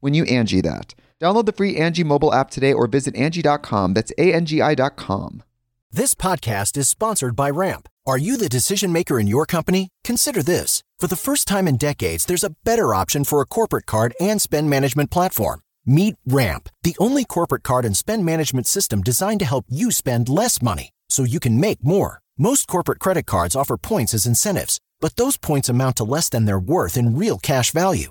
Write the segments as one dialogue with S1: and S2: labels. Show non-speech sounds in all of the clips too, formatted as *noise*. S1: when you Angie that. Download the free Angie mobile app today or visit Angie.com. That's A-N-G-I dot com.
S2: This podcast is sponsored by Ramp. Are you the decision maker in your company? Consider this. For the first time in decades, there's a better option for a corporate card and spend management platform. Meet Ramp, the only corporate card and spend management system designed to help you spend less money so you can make more. Most corporate credit cards offer points as incentives, but those points amount to less than their worth in real cash value.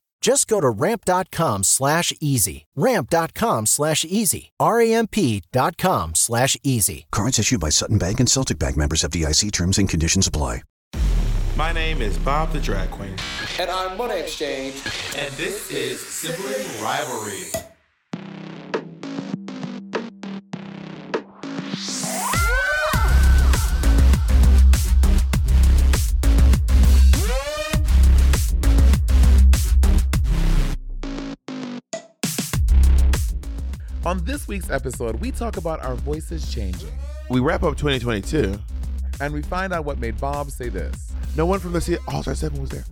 S2: Just go to ramp.com slash easy. Ramp.com slash easy. R-A-M-P dot com slash easy.
S3: Cards issued by Sutton Bank and Celtic Bank members of DIC terms and conditions apply.
S4: My name is Bob the Drag Queen.
S5: And I'm Money Exchange.
S4: And this is Sibling Rivalry.
S6: On this week's episode, we talk about our voices changing
S4: We wrap up 2022.
S6: and we find out what made Bob say this.
S4: No one from the C- All Star 7 was there.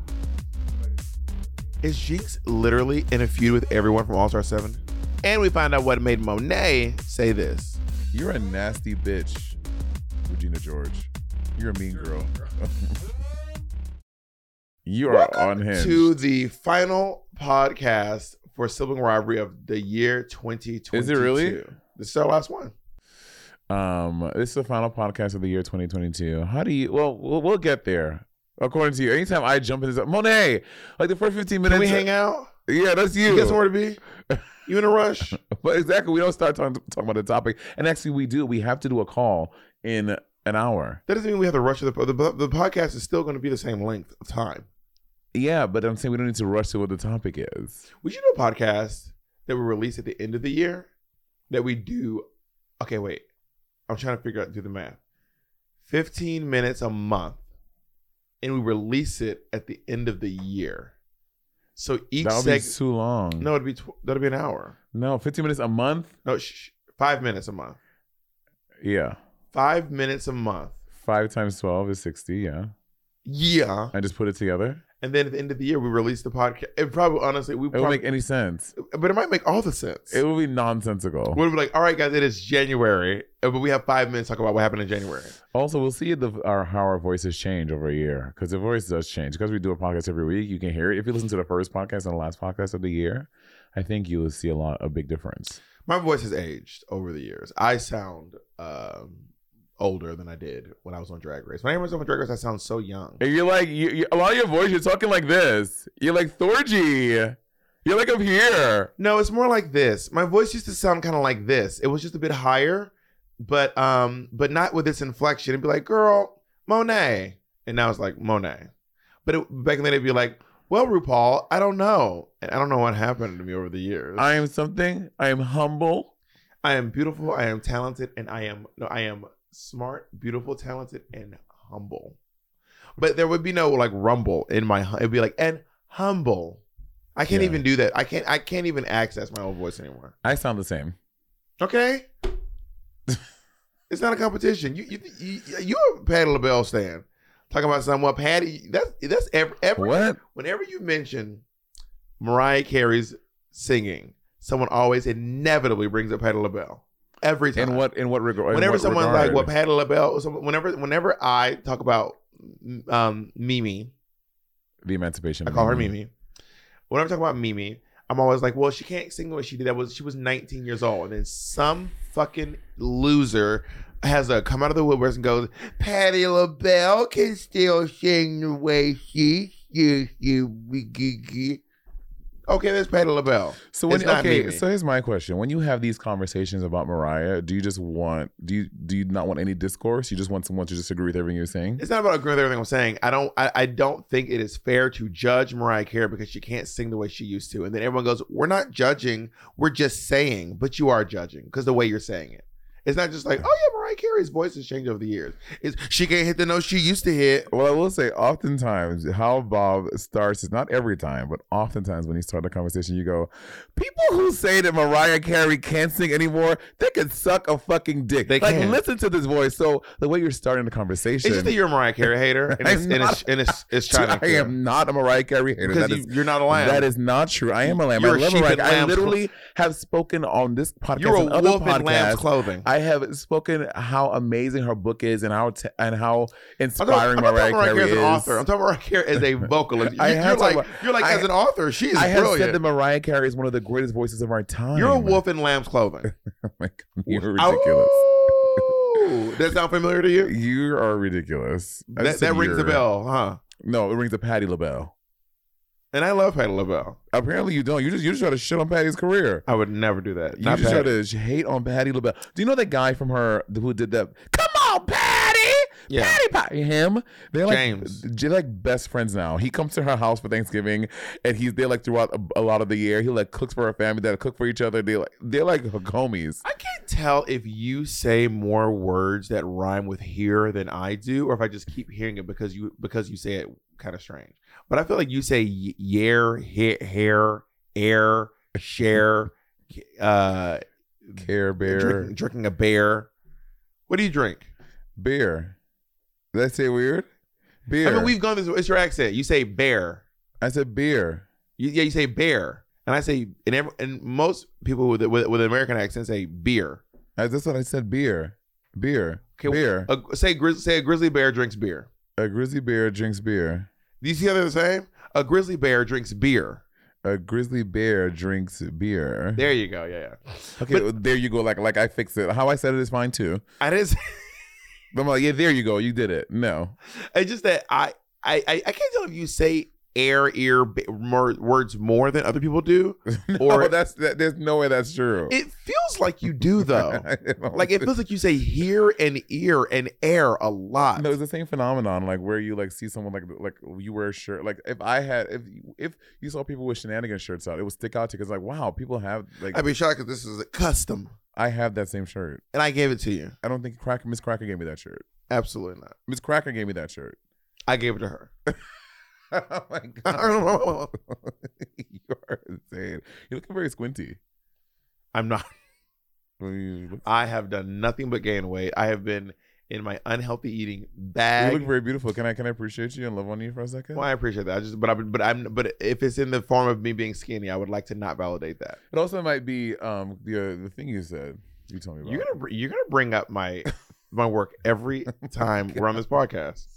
S4: Is Jinx literally in a feud with everyone from All Star 7? And we find out what made Monet say this.
S6: You're a nasty bitch, Regina George. You're a mean girl. *laughs* you are on him.
S4: To the final podcast for Sibling Rivalry of the year 2022.
S6: Is it really?
S4: This is our last one.
S6: um, this is the final podcast of the year 2022. How do you? Well, we'll, we'll get there. According to you, anytime I jump in this, Monet, like the first 15 minutes.
S4: Can we hang out?
S6: Yeah, that's you.
S4: You got somewhere to be? You in a rush?
S6: *laughs* But exactly, we don't start talking, talking about the topic. And actually, we do. We have to do a call in an hour.
S4: That doesn't mean we have to rush to the, the the podcast is still going to be the same length of time.
S6: Yeah, but I'm saying we don't need to rush to what the topic is.
S4: We should do a podcast that we release at the end of the year that we do. Okay, wait. I'm trying to figure out do the math. 15 minutes a month, and we release it at the end of the year. So each
S6: That would be
S4: seg-
S6: too long.
S4: no, it'd be tw- that'd be an hour.
S6: no, 15 minutes a month.
S4: No, shh, five minutes a month.
S6: Yeah,
S4: Five minutes a month.
S6: five times 12 is 60. Yeah,
S4: Yeah,
S6: I just put it together.
S4: and then at the end of the year we release the podcast. It probably honestly we
S6: It would
S4: probably,
S6: make any sense.
S4: but it might make all the sense.
S6: It would be nonsensical.
S4: We'll be like, all right, guys, it is January, uh, but we have five minutes to talk about what happened in January.
S6: Also, we'll see the, our, how our voices change over a year because the voice does change. Because we do a podcast every week, you can hear it. If you listen to the first podcast and the last podcast of the year, I think you will see a lot, a big difference.
S4: My voice has aged over the years. I sound um, older than I did when I was on Drag Race. When I was on Drag Race, I sound so young.
S6: And you're like, you, you, a lot of your voice, you're talking like this. You're like, Thorgy, you're like up here.
S4: No, it's more like this. My voice used to sound kind of like this. It was just a bit higher, but um, but not with this inflection. It'd be like, girl, Monet. And now it's like Monet. But it, back then it'd be like, well, RuPaul, I don't know. And I don't know what happened to me over the years.
S6: I am something. I am humble.
S4: I am beautiful, I am talented, and I am no, I am smart, beautiful, talented, and humble. But there would be no like rumble in my hu- it'd be like and humble. I can't
S6: Yeah.
S4: even do that. I can't I can't even access my own voice anymore.
S6: I sound the same.
S4: Okay? it's not a competition. You you you, you a Patty LaBelle stand. Talking about someone Patty, that's that's every, every
S6: What?
S4: whenever you mention Mariah Carey's singing, someone always inevitably brings up Patty LaBelle. Every time.
S6: In what in what regard? in
S4: whenever
S6: what
S4: someone's
S6: regard?
S4: like, "Well, Patty LaBelle," or someone- whenever whenever I talk about um, Mimi,
S6: the Emancipation.
S4: I
S6: of
S4: call her Mimi. Whenever I talk about Mimi, I'm always like, "Well, she can't sing what she did. That was she was 19 years old." And then some fucking loser has a come out of the woodworks and goes, "Patty LaBelle can still sing the way she she she we- we- we." Okay, that's Patty LaBelle.
S6: So when
S4: It's not
S6: okay,
S4: Mimi.
S6: so here's my question: When you have these conversations about Mariah, do you just want do you do you not want any discourse? You just want someone to disagree with everything you're saying?
S4: It's not about agreeing with everything I'm saying. I don't. I, I don't think it is fair to judge Mariah Carey because she can't sing the way she used to. And then everyone goes, "We're not judging. We're just saying." But you are judging because the way you're saying it. It's not just like, "Oh yeah, Mariah Carey's voice has changed over the years." It's she can't hit the note she used to hit.
S6: Well, I will say, oftentimes how Bob starts is not every time, but oftentimes when he starts a conversation, you go, "People who say that Mariah Carey can't sing anymore, they could suck a fucking dick.
S4: They
S6: like,
S4: can.
S6: listen to this voice." So the way you're starting the conversation,
S4: It's just that you're a Mariah Carey hater, and it's
S6: I'm
S4: and it's,
S6: not-
S4: and it's, it's China.
S6: *laughs* I am not a Mariah Carey hater.
S4: because
S6: *laughs* That
S4: you,
S6: is-
S4: you're not a lamb.
S6: That is not true. I am a lamb.
S4: Oh, You're
S6: I
S4: a
S6: love
S4: sheep
S6: Mariah.
S4: in
S6: I
S4: lamb's clo-
S6: literally have spoken on this podcast.
S4: You're a
S6: and other
S4: wolf in lamb's
S6: podcasts.
S4: clothing.
S6: I have spoken how amazing her book is and how t- and how
S4: I'm talking,
S6: inspiring
S4: I'm not
S6: Mariah,
S4: talking Mariah Carey as
S6: Carey
S4: an
S6: is.
S4: author. I'm talking Mariah Carey as
S6: *laughs*
S4: a vocalist. You,
S6: I
S4: are
S6: have talked
S4: like
S6: about-
S4: you're like
S6: I-
S4: as an author. She is
S6: I have
S4: brilliant.
S6: said that Mariah Carey is one of the greatest voices of our time.
S4: you're a wolf in lamb's clothing.
S6: *laughs* Like, you're
S4: Ow.
S6: ridiculous.
S4: That sound familiar to you?
S6: *laughs* You are ridiculous. I
S4: That,
S6: said
S4: that rings a
S6: you're-
S4: bell, huh?
S6: No, it rings a Patty LaBelle.
S4: And I love Patty LaBelle.
S6: Apparently, you don't. You just you just try to shit on Patty's career.
S4: I would never do that.
S6: You
S4: Not
S6: just
S4: Patty.
S6: try to hate on Patty LaBelle. Do you know that guy from her who did that? Come on, Patty!
S4: Yeah.
S6: Patty, Patty, him. They're *laughs* like
S4: James.
S6: they're like best friends now. He comes to her house for Thanksgiving, and he's there like throughout a, a lot of the year. He like cooks for her family. They cook for each other. They like they're like homies.
S4: I can't tell if you say more words that rhyme with here than I do, or if I just keep hearing it because you because you say it kind of strange. But I feel like you say y- year, hair, hair,
S6: *laughs*
S4: air, share, uh,
S6: Care Bear
S4: drinking, drinking a bear. What do you drink?
S6: beer. Did I say weird? Beer.
S4: I mean, we've gone this. It's your accent. You say bear.
S6: I said beer.
S4: You, yeah, you say bear, and I say and every, and most people with with, with an American accent say beer.
S6: I, that's what I said. Beer. Beer.
S4: Okay,
S6: beer. A,
S4: A, say grizz, say a grizzly bear drinks beer.
S6: grizzly bear drinks beer.
S4: Do you see how they're the same? A grizzly bear drinks beer.
S6: A grizzly bear drinks beer.
S4: There you go. Yeah, yeah.
S6: Okay, there you go. Like like I fixed it. How I said it is fine too.
S4: I didn't. Say, *laughs*
S6: But I'm like, yeah, there you go. You did it. No,
S4: it's just that I I I, I can't tell if you say air ear be- more, words more than other people do.
S6: or *laughs*
S4: Or-
S6: that's that, there's no way that's true.
S4: It feels like you do
S6: *laughs*
S4: though. like it feels like you say here and ear and air a lot.
S6: no, it's the same phenomenon. Like where you like see someone like like you wear a shirt. Like if I had if if you saw people with shenanigans shirts out, it would stick out to because like wow, people have like
S4: I'd be shocked because this is a custom,
S6: I have that same shirt.
S4: and I gave it to you.
S6: I don't think Cracker Miss Cracker gave me that shirt.
S4: Absolutely not.
S6: Miss Cracker gave me that shirt. *laughs*
S4: I gave it to her.
S6: oh
S4: *laughs*
S6: my god,
S4: I'm
S6: *laughs* you are insane. You're looking very squinty.
S4: not. *laughs*
S6: When you look-
S4: I have done nothing but gain weight. I have been in my unhealthy eating
S6: You
S4: bag.
S6: look very beautiful. Can I can I appreciate you and love on you for a second?
S4: well, I appreciate that. I just, but I, but I'm, but if it's in the form of me being skinny, I would like to not validate that.
S6: It also might be um the the thing you said. You told me about.
S4: You're gonna, br- you're gonna bring up
S6: *laughs*
S4: my, my work every
S6: Oh
S4: time we're on this podcast.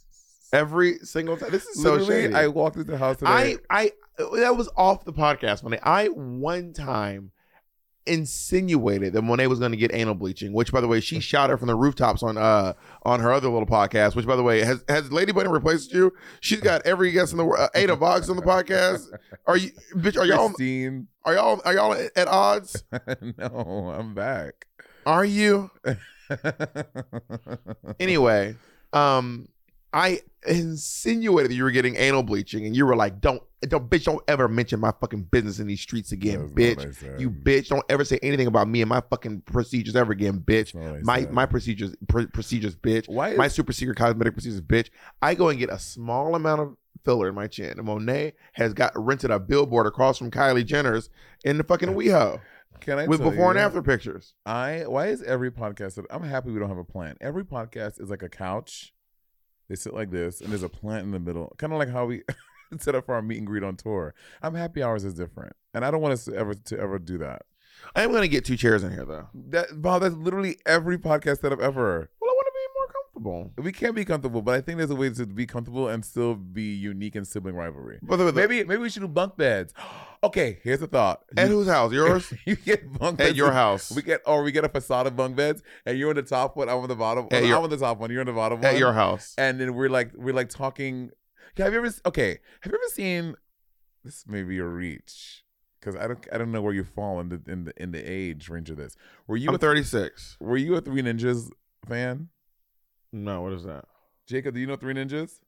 S4: Every single time. This is so
S6: Literally,
S4: shady.
S6: I walked into the house today.
S4: I, I, that was off the podcast, Monet. I one time insinuated that Monet was going to get anal bleaching, which, by the way, she shot her from the rooftops on, uh, on her other little podcast. Which, by the way, has has Lady Bunny replaced you? She's got every guest in the world. Uh, Ada Vox on the podcast. Are you, bitch? Are y'all,
S6: Christine? *laughs*
S4: are y'all, are y'all at odds?
S6: no, I'm back. *laughs*
S4: Are you? Anyway, um, I insinuated you were getting anal bleaching, and you were like, "Don't, don't, bitch, don't ever mention my fucking business in these streets again,
S6: That's not what I
S4: bitch.
S6: said.
S4: You bitch, don't ever say anything about me and my fucking procedures ever again, bitch.
S6: not what I
S4: My
S6: said.
S4: my procedures, pr- procedures, bitch.
S6: Why
S4: my
S6: is-
S4: super secret cosmetic procedures, bitch. I go and get a small amount of filler in my chin. And Monet has got rented a billboard across from Kylie Jenner's in the fucking WeHo
S6: Can I
S4: with
S6: tell
S4: before and
S6: you?
S4: after pictures.
S6: I why is every podcast that I'm happy we don't have a plant. Every podcast is like a couch. They sit like this, and there's a plant in the middle, kind of like how we *laughs* set up for our meet and greet on tour. I'm happy ours is different, and I don't want us to ever to ever do that.
S4: I am gonna get two chairs in here though.
S6: That Bob, that's literally every podcast setup ever.
S4: Well, I want to be more comfortable.
S6: We can't be comfortable, but I think there's a way to be comfortable and still be unique in sibling rivalry.
S4: By the way, the-
S6: Maybe maybe we should do bunk beds. *gasps* okay, here's a thought.
S4: at
S6: You- *laughs*
S4: whose *laughs* house? Yours?
S6: you get bunk
S4: at
S6: beds
S4: your house?
S6: We get or we get a facade of bunk beds, and you're on the top one, I'm on the bottom.
S4: At
S6: well,
S4: your-
S6: I'm on the top one, you're on the bottom
S4: at
S6: one.
S4: your house.
S6: and then we're like we're like talking. Yeah, have you ever s- okay? Have you ever seen this? May be a reach because I don't I don't know where you fall in the in the in the age range of this. Were you
S4: I'm
S6: a,
S4: 36.
S6: were you a Three Ninjas fan?
S4: No, what is that?
S6: Jacob, do you know Three Ninjas?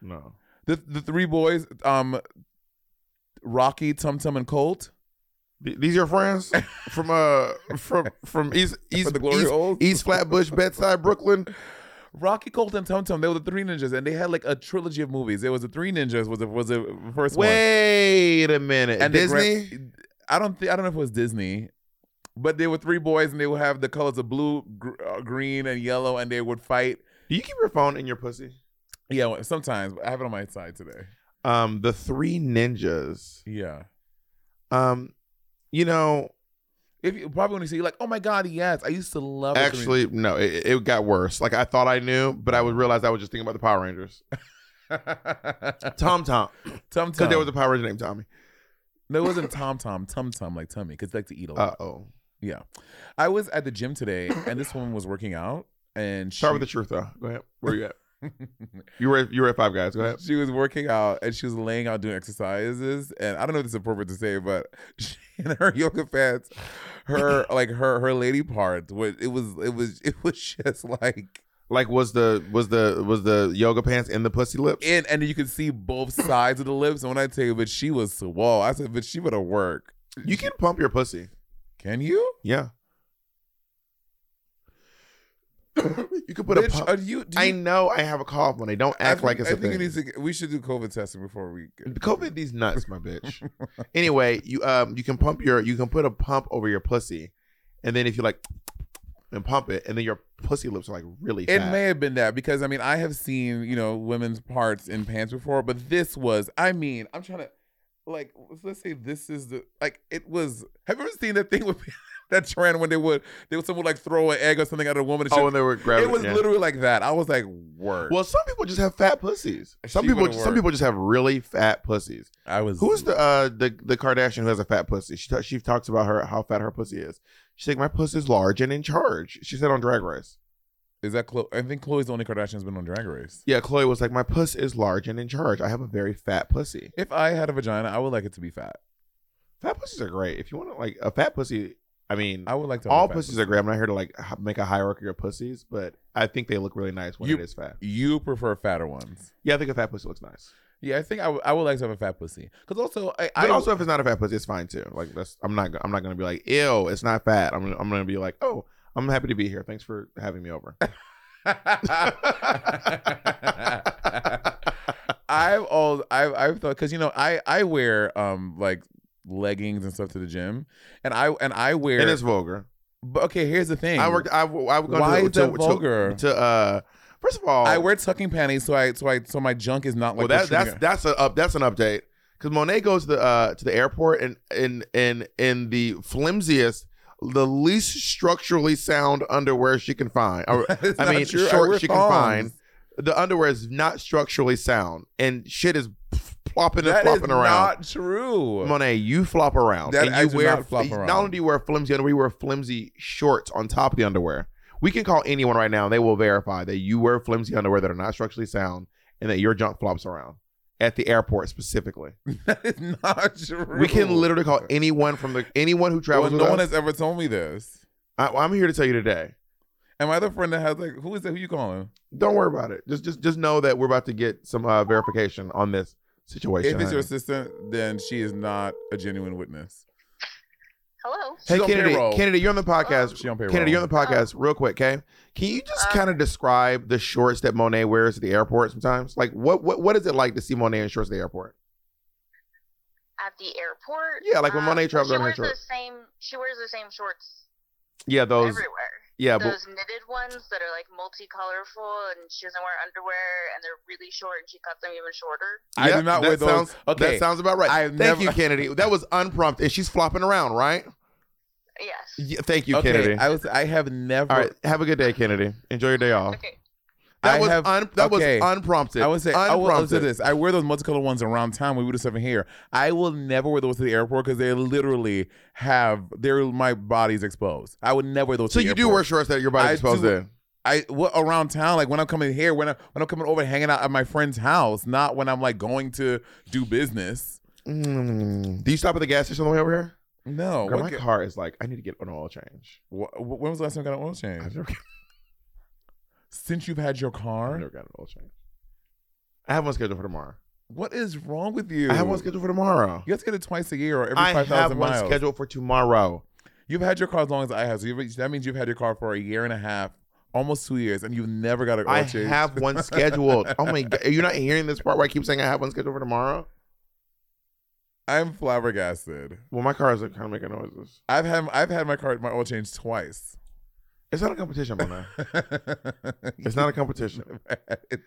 S4: No.
S6: The the three boys, um, Rocky, Tum Tum, and Colt.
S4: Th- These your *laughs* friends from uh from from *laughs* East East
S6: the glory
S4: East,
S6: holes?
S4: East Flatbush, Bedside, *laughs* Brooklyn.
S6: Rocky, Colt, and Tum Tum. They were the Three Ninjas, and they had like a trilogy of movies. There was the Three Ninjas was the was the first one.
S4: Wait a minute,
S6: and the gra-
S4: Disney.
S6: I don't think I don't know if it was Disney, but they were three boys, and they would have the colors of blue, gr- uh, green, and yellow, and they would fight.
S4: Do you keep your phone in your pussy?
S6: Yeah, well, sometimes I have it on my side today.
S4: Um, the three ninjas.
S6: Yeah,
S4: Um, you know,
S6: if you probably when you see you're like, oh my god, yes, I used to love the Three
S4: actually, no, it, it got worse. Like I thought I knew, but I would realize I was just thinking about the Power Rangers. *laughs*
S6: *laughs*
S4: Tom Tom,
S6: Tum
S4: because
S6: Tum.
S4: there was a Power Ranger named Tommy.
S6: no, it wasn't Tom Tom Tum Tum like tummy because they like to eat a lot.
S4: Uh oh.
S6: yeah, I was at the gym today, and this woman was working out, and she,
S4: Start with the truth though. Go ahead. Where *laughs* you at?
S6: *laughs*
S4: You were you were at five guys. Go ahead.
S6: She was working out and she was laying out doing exercises. And I don't know if it's appropriate to say, but *laughs* she, in her yoga pants, her like her her lady part, what it was it was it was just like
S4: Like was the was the was the yoga pants in the pussy lips?
S6: in and you could see both sides of the lips. And when I tell you, but she was swole. I said, but she better work.
S4: You can pump your pussy.
S6: Can you? *laughs*
S4: Yeah. you could put a
S6: Bitch,
S4: pump.
S6: are you? Do you
S4: I know I have a cough when I don't
S6: I
S4: act
S6: think-
S4: like it's
S6: I
S4: a
S6: think
S4: thing.
S6: it needs to. We should do COVID testing before we.
S4: COVID these nuts, my bitch.
S6: *laughs*
S4: anyway, you um you can pump your you can put a pump over your pussy, and then if you like and pump it, and then your pussy lips are like really
S6: It
S4: fat.
S6: may have been that because I mean I have seen you know women's parts in pants before, but this was I mean I'm trying to like let's say this is the like it was. Have you ever seen that thing with *laughs* that trend when they would they would someone would, like throw an egg or something at a woman? And she,
S4: oh, and they were grabbing.
S6: it was
S4: yeah.
S6: literally like that. I was like, work.
S4: Well, some people just have fat pussies. Some
S6: She
S4: people,
S6: would've
S4: some
S6: worked.
S4: people just have really fat pussies.
S6: I was.
S4: Who is the uh the the Kardashian who has a fat pussy? She ta- she talks about her how fat her pussy is. She's like, my pussy's large and in charge. She said on Drag Race.
S6: Is that Chloe? I think Chloe's the only Kardashian has been on Drag Race.
S4: Yeah, Chloe was like, my puss is large and in charge. I have a very fat pussy.
S6: If I had a vagina, I would like it to be fat.
S4: Fat pussies are great. If you want to like a fat pussy, I mean,
S6: I would like to. have a
S4: all
S6: fat
S4: pussies
S6: pussy.
S4: are great. I'm not here to like h- make a hierarchy of pussies, but I think they look really nice when
S6: You-
S4: it is fat.
S6: You prefer fatter ones.
S4: Yeah, I think a fat pussy looks nice.
S6: Yeah, I think I would- I would like to have a fat pussy. Cause also I,
S4: But
S6: I
S4: also, if it's not a fat pussy, it's fine too. Like that's I'm not go- I'm not gonna be like, ew, it's not fat. I'm gonna, I'm gonna be like, oh, I'm happy to be here. Thanks for having me over.
S6: *laughs* I've all I've I've thought because you know I I wear um like leggings and stuff to the gym, and I and I wear.
S4: and it's vulgar.
S6: but okay, here's the thing.
S4: I worked. I, I was going
S6: Why
S4: to,
S6: is that
S4: to,
S6: vulgar?
S4: To, to, uh, first of all,
S6: I wear tucking panties, so I so I so my junk is not like.
S4: well, that, that's
S6: protruding.
S4: that's a up. That's an update. Because Monet goes to the uh, to the airport and in in in the flimsiest, the least structurally sound underwear she can find. Or, *laughs*
S6: It's
S4: I
S6: not
S4: mean,
S6: true. I
S4: short
S6: wear
S4: she can
S6: thongs.
S4: find. The underwear is not structurally sound, and shit is plopping and
S6: That is
S4: flopping around.
S6: not true.
S4: Monet, you flop around.
S6: That
S4: and
S6: I
S4: you
S6: do
S4: wear
S6: not flop around.
S4: Not only do you wear flimsy underwear, you wear flimsy shorts on top of the underwear. We can call anyone right now, and they will verify that you wear flimsy underwear that are not structurally sound and that your junk flops around at the airport specifically.
S6: *laughs* that is not true.
S4: We can literally call anyone from the anyone who
S6: Well,
S4: travels.
S6: no
S4: with
S6: one
S4: us.
S6: has ever told me this.
S4: I, I'm here to tell you today.
S6: And my other friend that has like, who is that? Who you calling?
S4: Don't worry about it. Just just just know that we're about to get some uh, verification on this situation.
S6: If it's your
S4: honey.
S6: assistant, then she is not a genuine witness.
S7: Hello.
S6: She's
S4: hey
S6: on
S4: Kennedy,
S6: payroll.
S4: Kennedy, you're on the podcast.
S6: She on payroll.
S4: Kennedy, you're on the podcast real quick, okay? Can you just
S7: Uh,
S4: kind of describe the shorts that Monet wears at the airport sometimes? Like, what what what is it like to see Monet in shorts at the airport?
S7: At the airport.
S4: Yeah, like when
S7: Um,
S4: Monet travels
S7: She
S4: on her
S7: wears the
S4: shorts.
S7: same. She wears the same shorts
S4: Yeah, those.
S7: everywhere.
S4: Yeah, but
S7: Those knitted ones that are like multicolorful, and she doesn't wear underwear, and they're really short, and she cuts them even shorter.
S6: I
S4: yeah,
S6: do not
S4: that
S6: wear those.
S4: Sounds,
S6: okay,
S4: that sounds about right.
S6: I've
S4: Thank
S6: never-
S4: you, Kennedy. That was unprompted, and she's flopping around, right?
S7: Yes.
S4: Yeah, thank you,
S6: okay.
S4: Kennedy.
S6: I was. I have never.
S4: All right, have a good day, Kennedy. Enjoy your day off.
S7: Okay.
S4: That
S6: I
S4: was
S6: have-
S4: un, that
S6: okay.
S4: was unprompted.
S6: I would say I
S4: unprompted.
S6: will I'll say this. I wear those multicolored ones around town. We do stuff in here. I will never wear those to the airport because they literally have they're my body's exposed. I would never wear those.
S4: So
S6: to the
S4: you do
S6: airport.
S4: wear shorts that your body's
S6: I
S4: exposed
S6: do-
S4: in.
S6: I what around town like when I'm coming here when I when I'm coming over hanging out at my friend's house, not when I'm like going to do business.
S4: Mm. Do you stop at the gas station on the way over here?
S6: No.
S4: Girl,
S6: Oh, what
S4: my
S6: ca-
S4: car is like, I need to get an oil change.
S6: wh- wh- when was the last time I got an oil
S4: I've
S6: change?
S4: never,
S6: Since you've had your
S4: I've
S6: car,
S4: never got an oil change. I have one scheduled for tomorrow.
S6: what is wrong with you?
S4: I have one scheduled for tomorrow.
S6: You have to get it twice a year or every
S4: I
S6: five
S4: have
S6: thousand
S4: one
S6: miles.
S4: scheduled for tomorrow.
S6: You've had your car as long as I have. So you've, that means you've had your car for a year and a half, almost two years, and you've never got an oil
S4: I
S6: change.
S4: have *laughs* one scheduled. Oh my god, are you not hearing this part where I keep saying I have one scheduled for tomorrow?
S6: I'm flabbergasted.
S4: Well, my car is like, kind of making noises.
S6: I've had I've had my car my oil change twice.
S4: It's not a competition, my *laughs* man.
S6: It's
S4: It's
S6: *laughs*
S4: not a competition.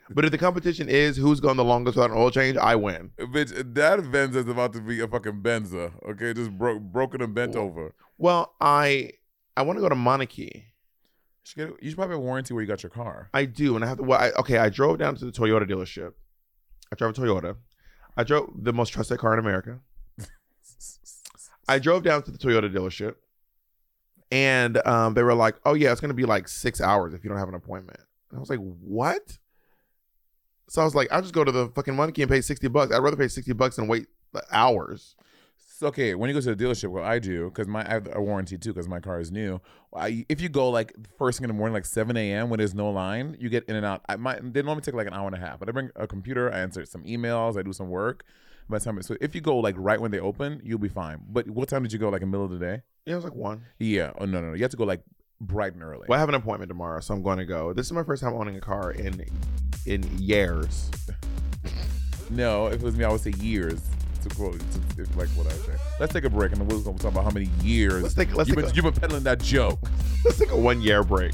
S4: But if the competition is who's gone the longest without an oil change, I win.
S6: Bitch, that Benza is about to be a fucking Benza. Okay, just broke broken and bent over.
S4: Well, I I want to go to Monarchy.
S6: You should, get, you should probably have a warranty where you got your car.
S4: I do, and I have to. Well, I, okay, I drove down to the Toyota dealership. I drove a Toyota. I drove the most trusted car in America. I drove down to the Toyota dealership, and um, they were like, "Oh yeah, it's gonna be like six hours if you don't have an appointment." And I was like, "What?" So I was like, "I'll just go to the fucking monkey and pay sixty bucks. I'd rather pay sixty bucks than wait hours."
S6: So, okay, when you go to the dealership, well, I do because my I have a warranty too because my car is new. I, if you go like first thing in the morning, like seven a.m. when there's no line, you get in and out. I my they normally take like an hour and a half, but I bring a computer, I answer some emails, I do some work. By the time so if you go like right when they open, you'll be fine. But what time did you go? Like in the middle of the day?
S4: Yeah, I was like, "One."
S6: Yeah. Oh no no no, you have to go like bright and early.
S4: Well, I have an appointment tomorrow, so I'm going to go. This is my first time owning a car in in years.
S6: No, if it was me, I would say years. To quote, to, if, like what I say. Let's take a break and then we'll we'll talk about how many years
S4: Let's take let's
S6: you've
S4: take
S6: been,
S4: a,
S6: you've been peddling that joke.
S4: let's take a one year break.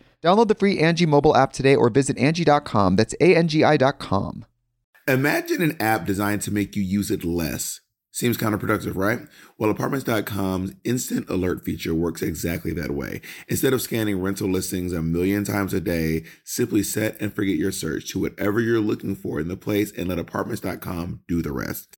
S1: Download the free Angie mobile app today or visit Angie.com. That's A-N-G-I dot com.
S8: Imagine an app designed to make you use it less. Seems counterproductive, right? Well, apartments.com's instant alert feature works exactly that way. Instead of scanning rental listings a million times a day, simply set and forget your search to whatever you're looking for in the place and let apartments.com do the rest.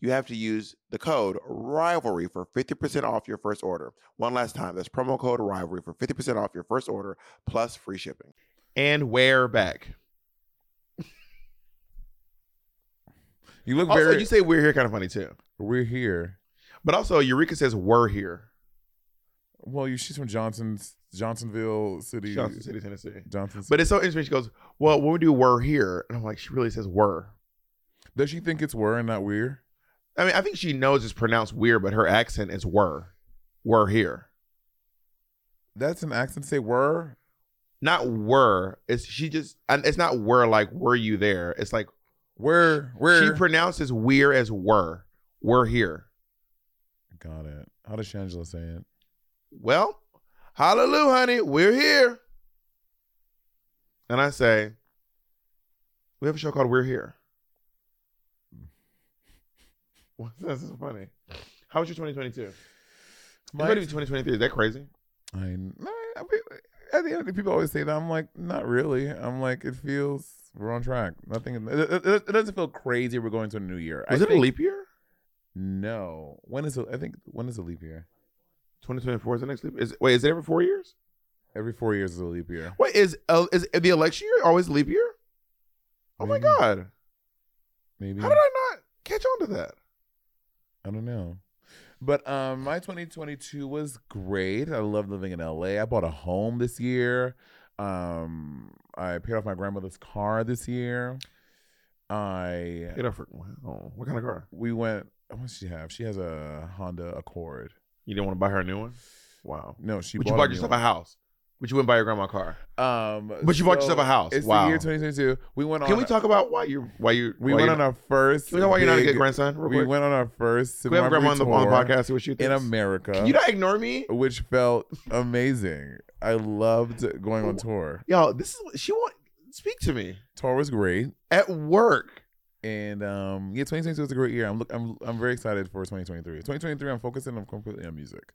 S4: you have to use the code rivalry for 50% off your first order. One last time, that's promo code rivalry for 50% off your first order plus free shipping.
S6: And we're back.
S9: You look
S6: Also,
S9: very.
S6: you say we're here kind of funny too.
S9: we're here.
S6: But also, Eureka says we're here.
S9: Well, you she's from Johnson's Johnsonville City.
S6: Johnson City, Tennessee.
S9: Johnson. City.
S6: But it's so interesting. She goes, "Well, when we do we're here," and I'm like, she really says "we're."
S9: does she think it's were and not we're?
S6: I mean, I think she knows it's pronounced "weird," but her accent is "were." We're here,
S9: That's an accent. Say were.
S6: not "were." It's she just, and it's not "were" like "were you there." It's like
S9: Where where
S6: she pronounces "we're" as "were." We're here.
S9: Got it. How does Shangela say it?
S6: Well, hallelujah, honey, we're here. And I say, we have a show called We're Here. *laughs* What? This is funny. How was your 2022? It's
S9: My-
S6: about to be 2023. Is that crazy?
S9: I, no, I I mean, at the end of the people always say that. I'm like, not really. I'm like, it feels we're on track. Nothing. It, it, it doesn't feel crazy. We're going to a new year.
S6: Was
S9: I
S6: it a
S9: think-
S6: leap year?
S9: No. When is it? I think when is a leap year?
S6: 2024 is the next leap. Is wait, is it every four years?
S9: Every four years is a leap year.
S6: Wait, is uh, is the election year always leap year? Oh my
S9: Maybe.
S6: god!
S9: Maybe.
S6: How did I not catch on to that?
S9: I don't know. But um, my 2022 was great. I love living in LA. I bought a home this year. Um, I paid off my grandmother's car this year. I
S6: Get up for wow. What kind of car?
S9: we went. What does she have? She has a Honda Accord.
S6: You didn't want to buy her a new one? Wow.
S9: No, she.
S6: but
S9: bought
S6: you
S9: a
S6: bought
S9: new
S6: yourself
S9: one.
S6: a house. But you wouldn't buy your grandma a car.
S9: Um,
S6: But you bought yourself a house.
S9: It's
S6: Wow.
S9: the year 2022. We went on.
S6: Can we talk about why you why you
S9: We
S6: why
S9: went
S6: you,
S9: on our first.
S6: Can we talk why you're not a good
S9: big-
S6: grandson? Real
S9: We
S6: quick?
S9: went on our first.
S6: Can we have grandma on the, on the
S9: tour
S6: podcast. See what she thinks.
S9: in America. Oh.
S6: Can you not ignore me,
S9: which felt amazing. I loved going on tour.
S6: yo? This is what she want. Speak to me
S9: Tour was great,
S6: at work.
S9: and um, yeah, 2022 was a great year. I'm look, I'm, I'm very excited for 2023. 2023, I'm focusing on completely on music.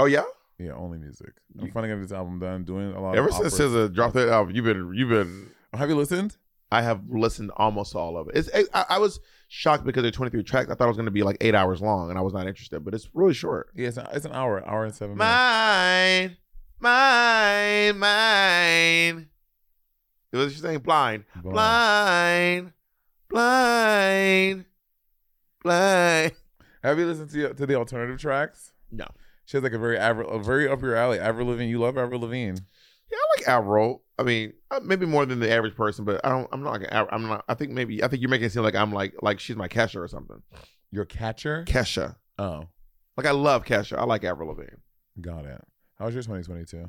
S6: Oh yeah.
S9: Yeah, only music. I'm finally getting this album done. Doing a lot.
S6: Ever
S9: of
S6: since
S9: opera.
S6: SZA dropped that album, you've been you've been.
S9: have you listened?
S6: I have listened to almost all of it. It's, I, I was shocked because they're 23 tracks. I thought it was going to be like eight hours long, and I was not interested. But it's really short.
S9: Yeah, it's an, it's an hour, hour and seven. minutes.
S6: Mine, mine, mine. It was she's saying blind,
S9: Blind.
S6: blind, blind, blind.
S9: Have you listened to to the alternative tracks?
S6: No.
S9: She has like a very Avril, a very up your alley. Avril Lavigne, you love Avril Lavigne.
S6: Yeah,
S4: I like Avro. I mean, uh, maybe more than the average person, but I don't. I'm not like an, Av- I'm not. I think maybe I think you're making it seem like I'm like like she's my Kesha or something.
S9: Your catcher?
S4: Kesha.
S9: oh,
S4: Like I love Kesha. I like Avril Lavigne.
S9: got it. How was your 2022?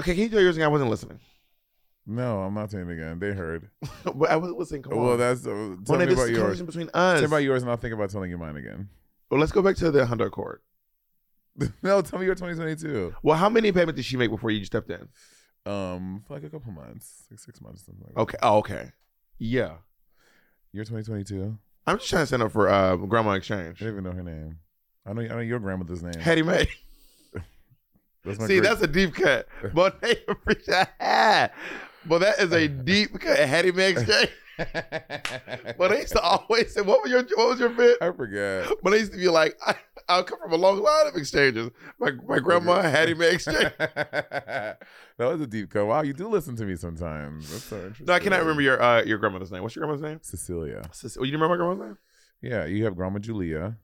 S4: Okay, can you tell yours? I wasn't listening, *laughs*
S9: No, I'm not saying it again. They heard.
S4: but I wasn't listening. Come
S9: Well,
S4: on.
S9: that's uh, tell
S4: Well,
S9: me
S4: no, this
S9: about
S4: is a
S9: yours.
S4: conversation between us.
S9: Tell me about yours, and I'll think about telling you mine again. *laughs*
S4: Well, let's go back to the Honda Accord.
S9: no, tell me your 2022.
S4: Well, how many payments did she make before you stepped in?
S9: Um, for like a couple months, like six months, something like that.
S4: Okay. Oh, okay. Yeah.
S9: Your 2022.
S4: I'm just trying to sign up for uh, Grandma Exchange.
S9: I don't even know her name. I know. I know your grandmother's name.
S4: Hattie Mae.
S9: That's
S4: *laughs*
S9: my
S4: See,
S9: great-
S4: that's a deep cut. But they But that is a deep cut. Hattie Mae *laughs* Exchange. But they used to always say, "What was your what was your bit?"
S9: *laughs* I forgot.
S4: But they used to be like, I, "I'll come from a long line of exchanges." My my grandma Hattie Mae *laughs* Exchange.
S9: that was a deep cut. Wow, you do listen to me sometimes. That's so interesting.
S4: No, I cannot remember your uh, your grandmother's name. What's your grandmother's name?
S9: Cecilia.
S4: Sis- oh, you remember my grandma's name?
S9: Yeah, you have Grandma Julia.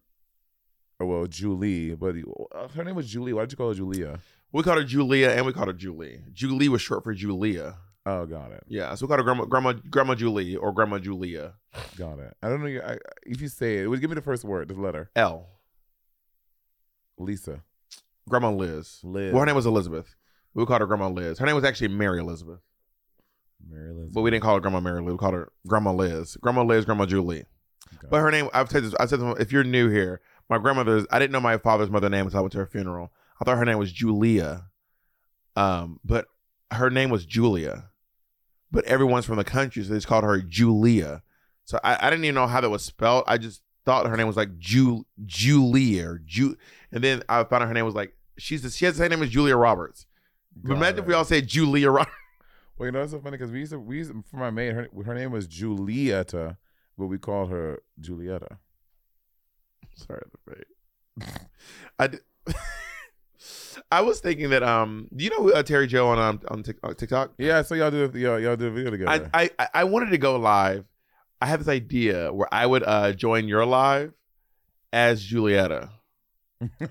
S9: Oh, well, Julie, but uh, her name was Julie. Why did you call her Julia?
S4: We called her Julia, and we called her Julie. Julie was short for Julia.
S9: Oh, got it,
S4: Yeah, so we called her grandma, grandma, grandma Julie or grandma Julia.
S9: got it. I don't know your, I, if you say it. Would give me the first word, the letter.
S4: L.
S9: Lisa.
S4: Grandma Liz.
S9: Liz.
S4: Well, her name was Elizabeth. We called her Grandma Liz. Her name was actually Mary Elizabeth,
S9: Mary Liz.
S4: but we didn't call her Grandma Mary Liz. We called her Grandma Liz. Grandma Liz, Grandma Julie.
S9: Got
S4: But
S9: it.
S4: her name, I've said this, I said this, if you're new here, my grandmother's, I didn't know my father's mother's name until I went to her funeral. I thought her name was Julia, um, but her name was Julia. But everyone's from the country, so they just called her Julia. So I, I didn't even know how that was spelled. I just thought her name was like Ju, Julia or Ju, and then I found out her name was like she's the, she has the same name as Julia Roberts. But
S9: Got
S4: imagine if
S9: it.
S4: we all say Julia Roberts.
S9: Well, you know, it's so funny because we used to, we used to, for my maid, her, her name was Julieta, but we called her Julieta.
S4: Sorry, the I d- *laughs* I was thinking that um, do you know uh, Terry Joe on um, on Tik- on TikTok?
S9: Yeah, so y'all do, y'all, y'all do a video together.
S4: I, I I- I wanted to go live. I had this idea where I would uh join your live as Julieta, and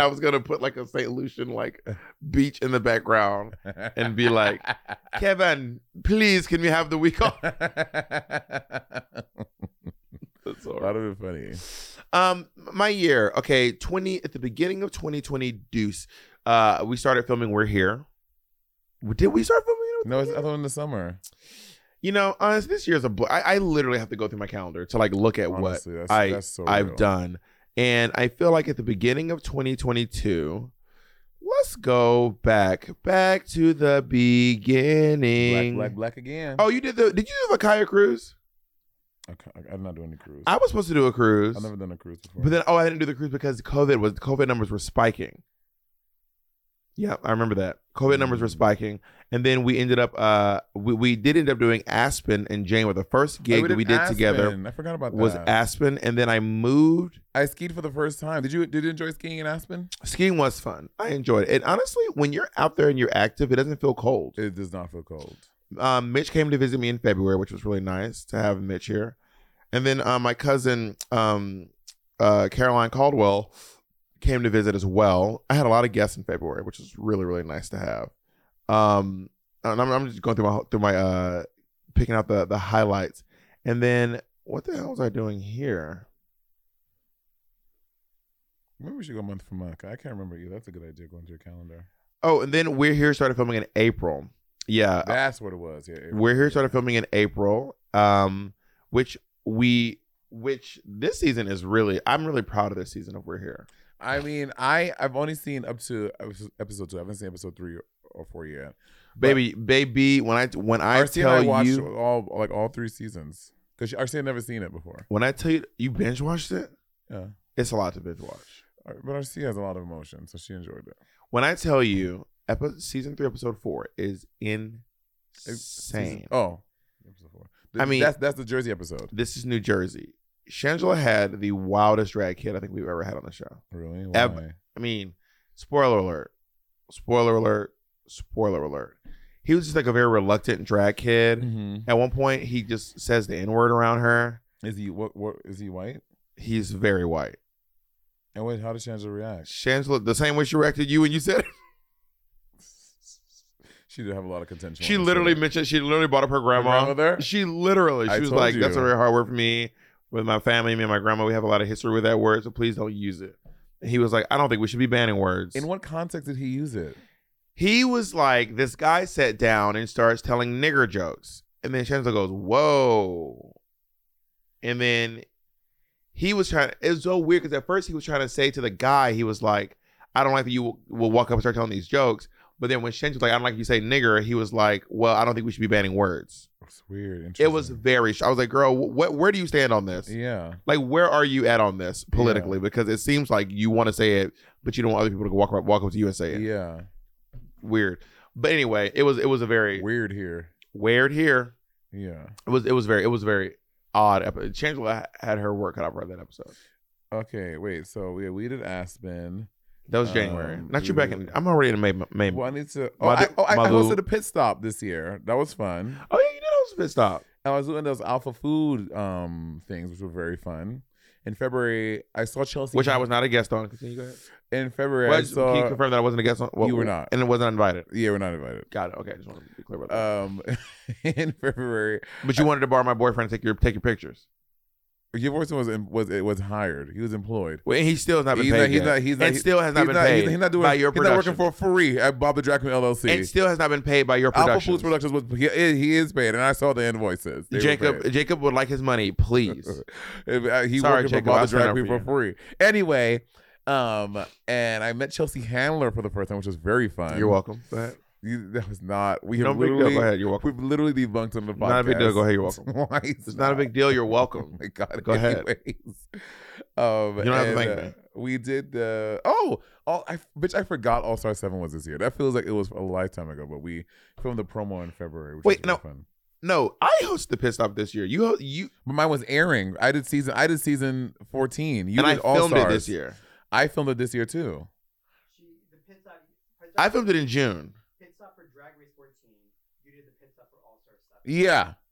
S4: I was gonna put like a Saint Lucian like beach in the background and be like,
S9: *laughs*
S4: Kevin, please, can we have the week off? That's all
S9: That'd have been funny.
S4: Um, my year, okay, twenty at the beginning of twenty twenty, Deuce. Uh, we started filming. We're here. Did we start filming? it?
S9: No, it's other in the summer.
S4: You know, honestly, this year's a. Bl- I, I literally have to go through my calendar to like look at what
S9: Honestly, that's,
S4: I
S9: that's so
S4: I've
S9: real.
S4: done, and I feel like at the beginning of 2022, let's go back back to the
S9: Black,
S4: beginning.
S9: black, black again.
S4: Oh, you did the? Did you do a Kaya cruise?
S9: Okay, I- I'm not doing the cruise.
S4: I was supposed to do a cruise,
S9: I've never done a cruise before.
S4: but then oh, I didn't do the cruise because COVID was COVID numbers were spiking. Yeah, I remember that COVID numbers were
S9: Mm.
S4: spiking, and then we ended up uh we, we did end up doing Aspen and Jane were the first
S9: Oh,
S4: gig that we did together.
S9: Aspen. I forgot about that.
S4: was Aspen, and then I moved.
S9: I skied for the first time. Did you did you enjoy skiing in Aspen?
S4: Skiing was fun. I enjoyed it. And honestly, when you're out there and you're active, it doesn't feel cold.
S9: It does not feel cold.
S4: Um, Mitch came to visit me in February, which was really nice to have Mitch here. And then um, my cousin um, uh, Caroline Caldwell came to visit as well. I had a lot of guests in February, which was really really nice to have. Um, and I'm, I'm just going through my through my uh, picking out the the highlights. And then what the hell was I doing here?
S9: Maybe we should go month for month. I can't remember you. That's a good idea. Going to your calendar.
S4: Oh, and then We're Here started filming in April. Yeah.
S9: That's what it was. Yeah. April.
S4: Uh, We're Here started filming in April. Um, which we which this season is really I'm really proud of this season of We're Here.
S9: I mean, I I've only seen up to episode- episode two. I haven't seen episode three or four yet.
S4: Baby, baby, when I when I
S9: Arcee and I
S4: tell
S9: watched
S4: you
S9: all like all three seasons because Arcee had never seen it before.
S4: when I tell you you binge watched it,
S9: Yeah.
S4: it's a lot to binge watch.
S9: Ar- Uh, But Arcee has a lot of emotion, so she enjoyed it.
S4: When I tell you episode season three, episode four is
S9: It-
S4: insane.
S9: season- oh, episode four.
S4: I mean-
S9: that's that's the Jersey episode.
S4: This is New Jersey. Shangela had the wildest drag kid I think we've ever had on the show.
S9: Really? Why?
S4: Ev- I mean, spoiler alert, spoiler alert, spoiler alert. He was just like a very reluctant drag kid.
S9: Mhm.
S4: At one point, he just says the N word around her.
S9: Is he what? What is he white?
S4: He's very white.
S9: And wait, how did Shangela react? *laughs*
S4: Shangela, the same way she reacted to you when you said it.
S9: She did have a lot of contention.
S4: She
S9: on this
S4: literally
S9: one.
S4: mentioned she literally bought up her grandma.
S9: grandmother?
S4: She literally she
S9: I
S4: was
S9: told
S4: like, "That's a
S9: you.
S4: very hard word for me with my family. Me and my grandma, we have a lot of history with that word, so please don't use it." And he was like, "I don't think we should be banning words."
S9: In what context did he use it?
S4: he was like, "This guy sat down and starts telling nigger jokes," and then Chancellor goes, "Whoa," and then he was trying. It was so weird because at first he was trying to say to the guy, he was like, "I don't like that you will, will walk up and start telling these jokes." But then when Shane was like, I don't like you say nigger, he was like, well, I don't think we should be banning words.
S9: It's weird.
S4: It was
S9: interesting.
S4: very. Sh- I was like, "Girl, wh- where do you stand on this?
S9: Yeah.
S4: Like, where are you at on this politically? Because it seems like you want to say it, but you don't want other people to walk up, walk up to you and say it.
S9: Yeah.
S4: Weird. But anyway, it was it was a very weird,
S9: Weird
S4: here.
S9: here. Yeah.
S4: It was it was very it was very odd. Episode. Changela had her work cut out for that episode.
S9: Okay. Wait. So yeah, we did Aspen.
S4: That was January.
S9: Um,
S4: Not you back in. I'm already in May. May.
S9: Well, I need to. Oh,
S4: Madu-
S9: I, oh, I, I
S4: Madu-
S9: hosted a pit stop this year. That was fun.
S4: oh yeah, you did host pit stop.
S9: I was doing those alpha food um things, which were very fun. In February, I saw Chelsea.
S4: Which I was not a guest on. Continue. Go ahead.
S9: in February.
S4: Well,
S9: I
S4: just- can you
S9: saw,
S4: confirm that I wasn't a guest on? Well,
S9: You were not.
S4: and it wasn't invited.
S9: yeah, we're not invited.
S4: Got it. Okay, I just want to be clear about that.
S9: Um, *laughs* in February,
S4: but you wanted to borrow my boyfriend to take your take your pictures.
S9: your voice was was it was hired. He was employed.
S4: Well, and he still has not been
S9: He's
S4: paid.
S9: not. He's
S4: yet.
S9: not. He's not.
S4: and still has not
S9: he's
S4: been
S9: not,
S4: paid.
S9: He's, he's not doing.
S4: by your
S9: he's
S4: production.
S9: not working for free at Bob the Dracula LLC.
S4: And still has not been paid by your
S9: Alpha
S4: production.
S9: Foods Productions was he, he is paid, and I saw the invoices. They were
S4: Jacob
S9: paid.
S4: Jacob would like his money,
S9: *laughs*
S4: please.
S9: If, uh, he
S4: Sorry,
S9: working
S4: Jacob,
S9: for
S4: I'll
S9: Bob the
S4: stand
S9: Drag
S4: up
S9: Queen
S4: for
S9: for free. Anyway, um, and I met Chelsea Handler for the first time, which was very fun.
S4: You're welcome.
S9: You- that was not. We have
S4: No big deal.
S9: literally.
S4: Go ahead. Um, You're welcome.
S9: We've literally debunked on the podcast.
S4: Not a big deal. Go ahead. You're
S9: *laughs*
S4: welcome.
S9: Why is
S4: It's not a big deal. You're
S9: Oh
S4: welcome.
S9: *laughs*
S4: *laughs*
S9: my god.
S4: Go ahead.
S9: Anyways, um,
S4: You don't have to thank
S9: uh,
S4: me.
S9: We did the oh, all I bitch. I forgot All Star Seven was this year. That feels like it was a lifetime ago, but we filmed the promo in February. Which
S4: Wait,
S9: was really
S4: no.
S9: fun.
S4: No, I hosted the pissed off this year. You ho- you
S9: But mine was airing. I did season. I did season fourteen. You
S4: and I
S9: did All
S4: filmed it this
S9: Stars.
S4: year.
S9: I filmed it this year too.
S4: I filmed it in June.
S9: Yeah. *laughs*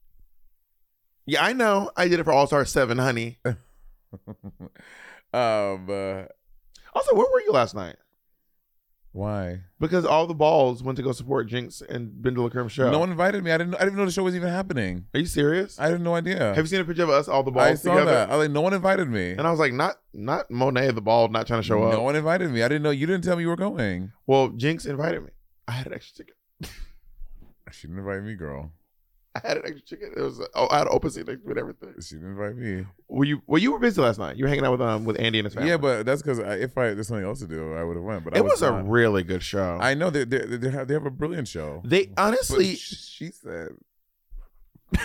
S4: Yeah, I know. I did it for All Star Seven,
S9: *laughs*
S4: honey.
S9: um. uh,
S4: Also, where were you last night?
S9: why?
S4: Because all the balls went to go support Jinx and Ben Kerm's show.
S9: No one invited me. I didn't. I didn't know the show was even happening.
S4: Are you serious?
S9: I had no idea.
S4: Have you seen a picture of us all the balls
S9: I saw
S4: together?
S9: that. I like no one invited me.
S4: And I was like, not not Monet the bald not trying to show
S9: no
S4: up.
S9: one invited me. I didn't know. You didn't tell me you were going.
S4: Well, Jinx invited me. I had an extra ticket.
S9: She didn't invite me, girl.
S4: I had an extra ticket. It was oh, I had an open seat next to me and everything.
S9: She didn't invite me.
S4: Well, you well you were busy last night. You were hanging out with um with Andy and his family.
S9: Yeah, but that's because if I there's something else to do, I would have went. But I
S4: it was a
S9: not.
S4: really good show.
S9: I know they they they have they have a brilliant show.
S4: they
S9: But
S4: honestly
S9: sh- she said. *laughs* this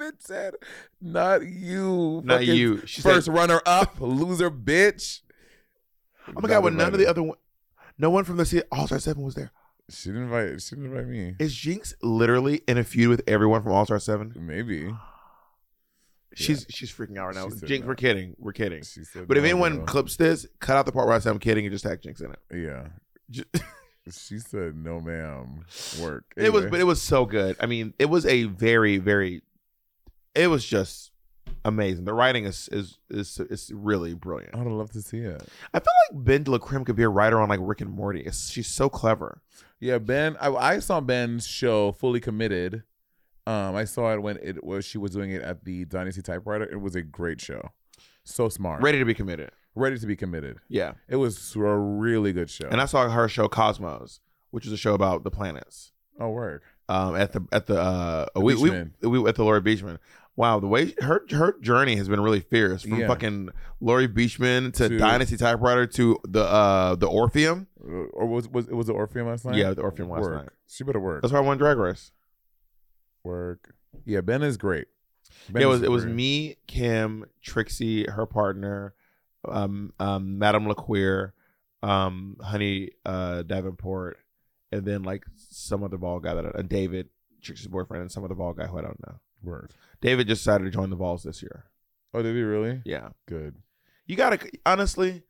S9: bitch said, "Not you,
S4: not
S9: fucking
S4: you. She said,
S9: first runner up, loser, bitch."
S4: oh my god, when none of the
S9: other.
S4: other one, no one from the All Star Seven was there.
S9: She didn't invite. She didn't invite me.
S4: Is Jinx literally in a feud with everyone from All Star Seven? *gasps*
S9: Maybe
S4: She's she's freaking out right now.
S9: She said
S4: Jinx,
S9: no.
S4: we're kidding, we're kidding.
S9: she said.
S4: But if
S9: no,
S4: anyone
S9: girl.
S4: clips this, cut out the part where I said I'm kidding and just tag Jinx in it.
S9: yeah,
S4: Ju-
S9: she said no, ma'am. Work.
S4: *laughs* It was,
S9: Anyway.
S4: but it was so good. I mean, it was a very, very. It was just amazing. The writing is is is, is really brilliant.
S9: I would love to see it.
S4: I feel like Ben de la Creme could be a writer on like Rick and Morty. It's, she's so clever.
S9: Yeah, Ben. I, I saw Ben's show fully committed. Um, I saw it when it was she was doing it at the Dynasty Typewriter. It was a great show. So smart.
S4: Ready to be committed.
S9: Ready to be committed.
S4: Yeah,
S9: It was a really good show.
S4: and I saw her show Cosmos, which is a show about the planets.
S9: oh, work.
S4: Um, at the at the uh, we, we,
S9: Beachman.
S4: we at the Laurie Beachman. Wow, the way her her journey has been really fierce from
S9: Yeah.
S4: fucking Laurie Beachman to,
S9: To-
S4: Dynasty Typewriter to the uh the Orpheum.
S9: Or was was it was the Orpheum last night?
S4: Yeah, the Orpheum last
S9: Work.
S4: night.
S9: She better work.
S4: That's why I won Drag Race.
S9: work. Yeah, Ben is great. Ben
S4: Yeah, it
S9: is
S4: was it was
S9: great.
S4: me, Kim, Trixie, her partner, um, um, Madame LaQueer, um, Honey uh, Davenport, and then like some other ball guy that uh, David, Trixie's boyfriend, and some other ball guy who I don't know.
S9: Work.
S4: David just decided to join the balls this year.
S9: Oh, did he really?
S4: Yeah,
S9: Good.
S4: you gotta honestly,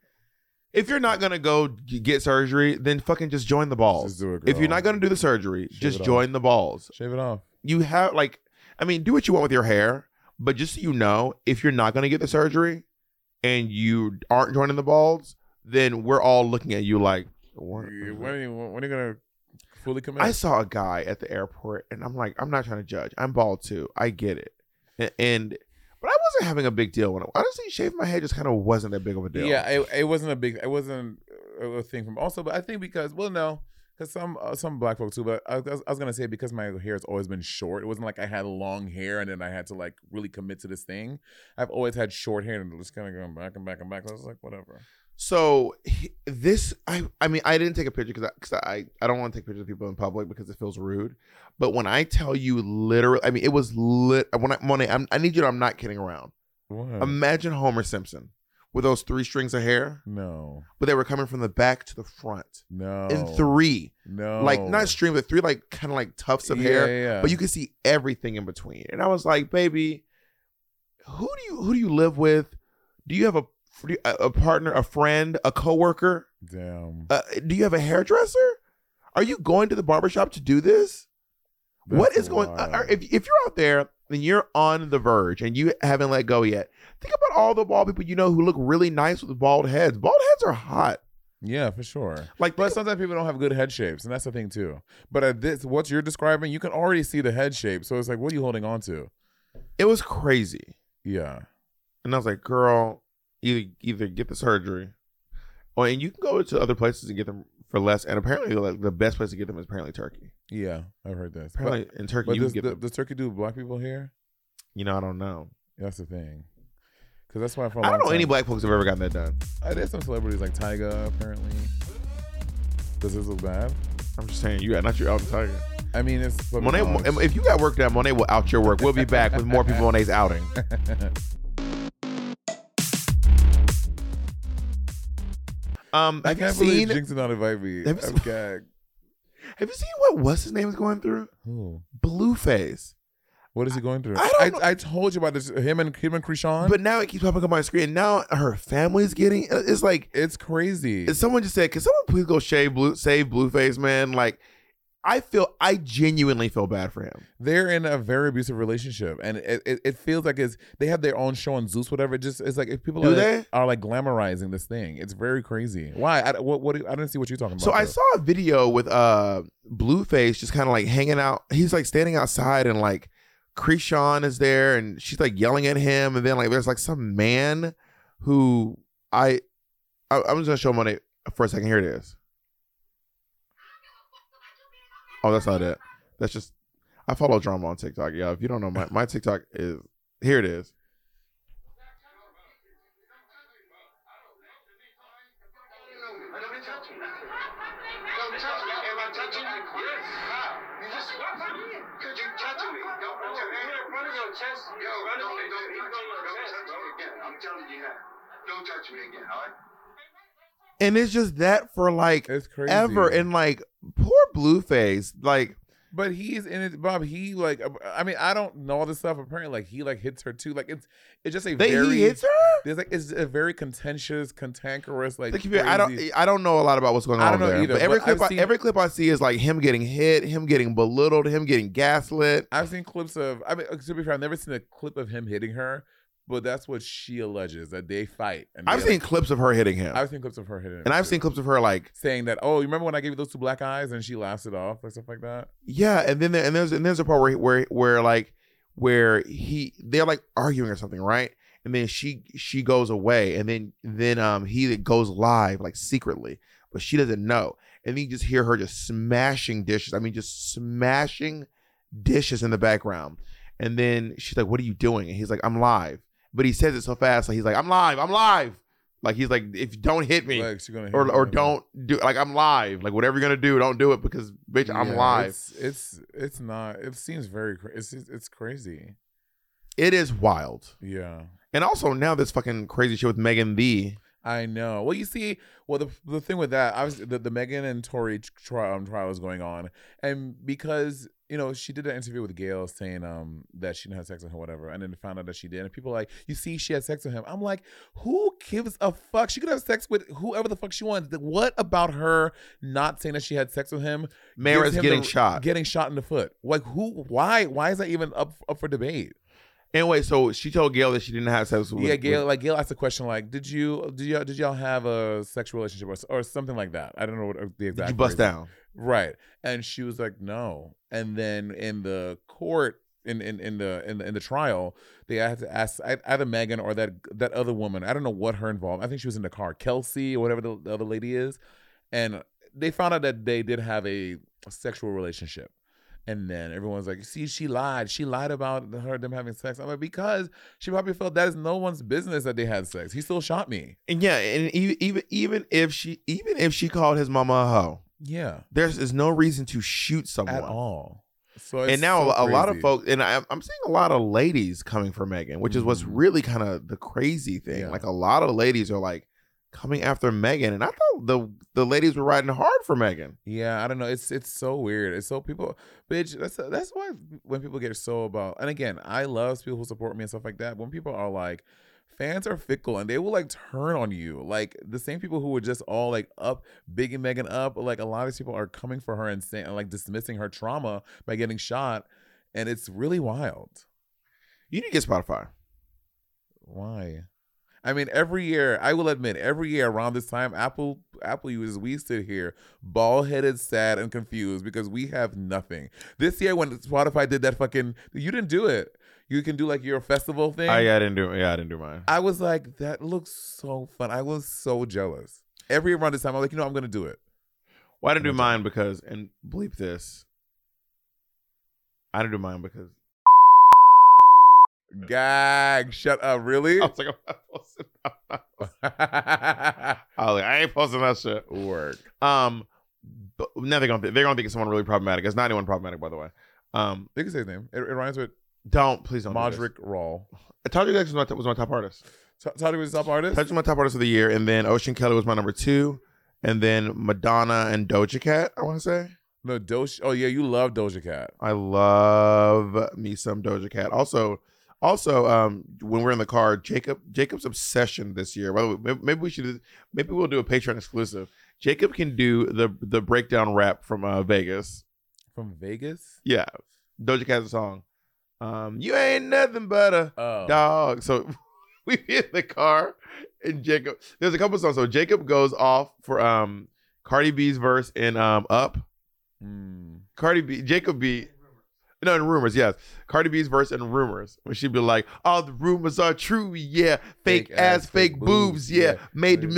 S4: if you're not gonna go g- get surgery, then fucking just join the
S9: Just
S4: balls.
S9: do it,
S4: If you're
S9: girl.
S4: not gonna do the surgery,
S9: Shave
S4: just
S9: it off.
S4: join the balls.
S9: Shave it off.
S4: you have like i mean do what you want with your hair but just so you know if you're not going to get the surgery and you aren't joining the balls then we're all looking at you like
S9: When
S4: what?
S9: are you, when are you gonna fully committed.
S4: I saw a guy at the airport, and I'm like, I'm not trying to judge. I'm bald too. I get it. And, and but I wasn't having a big deal when I, honestly shaving my head just kind of wasn't that big of a deal.
S9: Yeah, it, it wasn't a big, it wasn't a a thing from also, but I think because well, no, because some uh, some black folks too. But I, was- I was gonna say because my hair has always been short. It wasn't like I had long hair and then I had to like really commit to this thing. I've always had short hair and it was kind of going back and back and back. I was like, whatever.
S4: So he- this, I, I mean, I didn't take a picture because I, 'cause I, I don't want to take pictures of people in public because it feels rude. But when I tell you, literally, I mean, it was lit. When I, Monet, I'm, I need you. to, I'm not kidding around.
S9: What?
S4: Imagine Homer Simpson with those three strings of hair,
S9: no,
S4: but they were coming from the back to the front
S9: no,
S4: in three,
S9: no,
S4: like not string, but three, like kind of like tufts of hair.
S9: Oh. Yeah, yeah.
S4: But you could see everything in between. And I was like, baby, who do you who do you live with? Do you have a a a partner, a friend, a coworker?
S9: damn.
S4: Uh, do you have a hairdresser? Are you going to the barbershop to do this? what
S9: That's
S4: is going
S9: wild.
S4: on? If, if you're out there and you're on the verge and you haven't let go yet, think about all the bald people you know who look really nice with bald heads. Bald heads are hot.
S9: yeah, for sure.
S4: Like,
S9: But
S4: but
S9: sometimes people don't have good head shapes, and that's the thing too. But at this, what you're describing, you can already see the head shape. So it's like, what are you holding on to?
S4: it was crazy.
S9: Yeah,
S4: And I was like, girl, either either get the surgery or and you can go to other places and get them for less. And apparently, like the best place to get them is apparently Turkey.
S9: yeah, I've heard this. But,
S4: Apparently, in Turkey,
S9: but
S4: you
S9: does,
S4: can get
S9: the,
S4: them.
S9: does Turkey do black people here?
S4: you know, I don't know.
S9: That's the thing. Because that's why for a
S4: I
S9: long
S4: don't know
S9: time-
S4: any black folks have ever gotten that done.
S9: Uh, there's some celebrities like Tyga apparently. Does this look bad?
S4: I'm just saying, you not your Elton Tiger.
S9: I mean, it's but
S4: Monet, if you got work done, Monet will out your work. We'll be back with more people Monet's
S9: *laughs*
S4: outing. Um,
S9: I
S4: have you
S9: can't believe
S4: seen?
S9: Jinx did not invite me.
S4: Have you seen-
S9: I'm gagged.
S4: Have you seen what what's his name is going through?
S9: Who?
S4: Blueface.
S9: What is he going through?
S4: I don't
S9: I,
S4: know.
S9: I, told you about this. Him and him and Krishan.
S4: But now it keeps popping up on my screen. Now her family's getting. uh, It's like
S9: it's crazy.
S4: someone just said, "Can someone please go shave blue, save Blueface, man?" Like, I feel, I genuinely feel bad for him.
S9: they're in a very abusive relationship and it, it, it feels like it's they have their own show on zeus whatever it just it's like if people
S4: Do
S9: are,
S4: they?
S9: are like glamorizing this thing it's very crazy why i what, what do- i didn't see what you're talking about
S4: So I
S9: though.
S4: saw a video with uh Blueface just kind of like hanging out. He's like standing outside and like Krishan is there and she's like yelling at him and then like there's like some man who I, I I'm just gonna show money for a second. Here it is. Oh, that's not it. That's just I follow drama on TikTok. Yeah, if you don't know my my TikTok is here. It is. And it's just that for like
S9: it's crazy
S4: ever and like poor Blueface like.
S9: but he's in it bob he like i mean i don't know all this stuff apparently like he like hits her too like it's it's just a
S4: They,
S9: very
S4: he hits her.
S9: there's like it's a very contentious cantankerous like
S4: Like, if you- I don't e
S9: crazy-
S4: I don't know a lot about what's going on
S9: I don't know
S4: there.
S9: either,
S4: but every
S9: but
S4: clip
S9: I've
S4: I,
S9: seen-
S4: every clip I see is like him getting hit, him getting belittled, him getting gaslit.
S9: I've seen clips of. I mean, to be fair, I've never seen a clip of him hitting her, but that's what she alleges that they fight. And
S4: I've
S9: they,
S4: seen clips of her hitting him.
S9: I've seen clips of her hitting, him
S4: and I've
S9: too.
S4: seen clips of her like,
S9: saying that. Oh, you remember when I gave you those two black eyes and she laughs it off or stuff like that.
S4: yeah, and then there, and there's and there's a part where where where like where he they're like arguing or something, right? And then she she goes away and then then um he goes live like secretly, but she doesn't know. And then you just hear her just smashing dishes. I mean just smashing dishes in the background. And then she's like, What are you doing? And he's like, I'm live. But he says it so fast. Like he's like, I'm live, I'm live. Like he's like, if don't hit me
S9: Like she's gonna hit
S4: or
S9: him
S4: or
S9: with it.
S4: don't do like I'm live. Like whatever you're gonna do, don't do it because bitch, I'm
S9: Yeah,
S4: live.
S9: It's, it's it's not. It seems very. cra- It's it's it's crazy.
S4: It is wild.
S9: Yeah.
S4: And also now this fucking crazy shit with Megan the
S9: I know. Well, you see, well the the thing with that, I was the, the Megan and Tory trial um, trial was going on, and because you know she did an interview with Gail saying um that she didn't have sex with him, whatever, and then found out that she did, and people are like, you see, she had sex with him. I'm like, who gives a fuck? She could have sex with whoever the fuck she wants. Th- What about her not saying that she had sex with him?
S4: Mara's
S9: gives him
S4: getting
S9: the-
S4: shot.
S9: getting shot in the foot. Like who? Why? Why is that even up up for debate?
S4: Anyway, so she told Gail that she didn't have sex with.
S9: yeah, Gail. Like Gail asked a question like, "Did you did y'all did y'all have a sexual relationship or, s- or something like that?" I don't know what uh, the
S4: Did
S9: exact.
S4: you bust
S9: phrase-
S4: down?
S9: Right, and she was like, "No." And then in the court, in in, in the in the in the trial, they had to ask ei- either Megan or that that other woman. I don't know what her involved. I think she was in the car, Kelsey or whatever the, the other lady is, and they found out that they did have a sexual relationship. And then everyone's like, "See, she lied. She lied about her them having sex." I'm like, "Because she probably felt that is no one's business that they had sex. He still shot me."
S4: And yeah, and e- even even if she even if she called his mama a hoe,
S9: Yeah,
S4: there's is no reason to shoot someone
S9: at all. So it's
S4: and now
S9: so
S4: a lot of
S9: crazy.
S4: folks and I, i'm seeing a lot of ladies coming for megan which is what's
S9: Mhm.
S4: really kind of the crazy thing
S9: Yeah.
S4: like a lot of ladies are like coming after megan and i thought the the ladies were riding hard for megan
S9: Yeah, I don't know. It's it's so weird. It's so people, bitch. That's that's why when people get so about. And again, I love people who support me and stuff like that. When people are like, fans are fickle and they will like turn on you. Like the same people who were just all like up, big and Megan up. Like a lot of these people are coming for her and saying like dismissing her trauma by getting shot, and it's really wild.
S4: you need to get spotify
S9: Why? I mean, every year, I will admit, every year around this time, Apple Apple users, we sit here bald headed, sad, and confused because we have nothing. This year, when Spotify did that fucking, you didn't do it. You can do like your festival thing.
S4: I, uh, yeah, I didn't do yeah i didn't do mine
S9: I was like, that looks so fun. I was so jealous. Every year around this time, I'm like, you know, I'm gonna do it.
S4: well i didn't do mine because and bleep this i didn't do mine
S9: *laughs*
S4: because
S9: Gag, shut up, really?
S4: i was like i'm not posting i was like i ain't posting that shit
S9: Work.
S4: um but now they're gonna think, they're gonna think it's someone really problematic it's not anyone problematic by the way um
S9: *laughs* They can say his name. It, it rhymes with
S4: don't please don't do this.
S9: Modric Raw.
S4: Todrick Jackson was my, was my top artist.
S9: T- Toddy was top artist.
S4: Todrick was my top artist of the year, and then Ocean Kelly was my number two, and then Madonna and Doja Cat. I want to say
S9: No, Doja. Oh yeah, you love Doja Cat.
S4: I love me some Doja Cat. Also, also um, when we're in the car, Jacob Jacob's obsession this year. By the way, may- maybe we should maybe we'll do a Patreon exclusive. Jacob can do the the breakdown rap from uh, Vegas.
S9: From Vegas?
S4: Yeah, Doja Cat's song. Um, you ain't nothing but a
S9: Oh.
S4: dog. So *laughs* we be in the car, and Jacob. There's a couple songs. So Jacob goes off for um Cardi B's verse in um Up.
S9: Mm.
S4: Cardi B, Jacob B. No, in rumors, yes. Cardi B's verse in rumors, when she'd be like, "All the rumors are true, yeah. Fake, ass, fake, boobs, yeah. Made the millionaire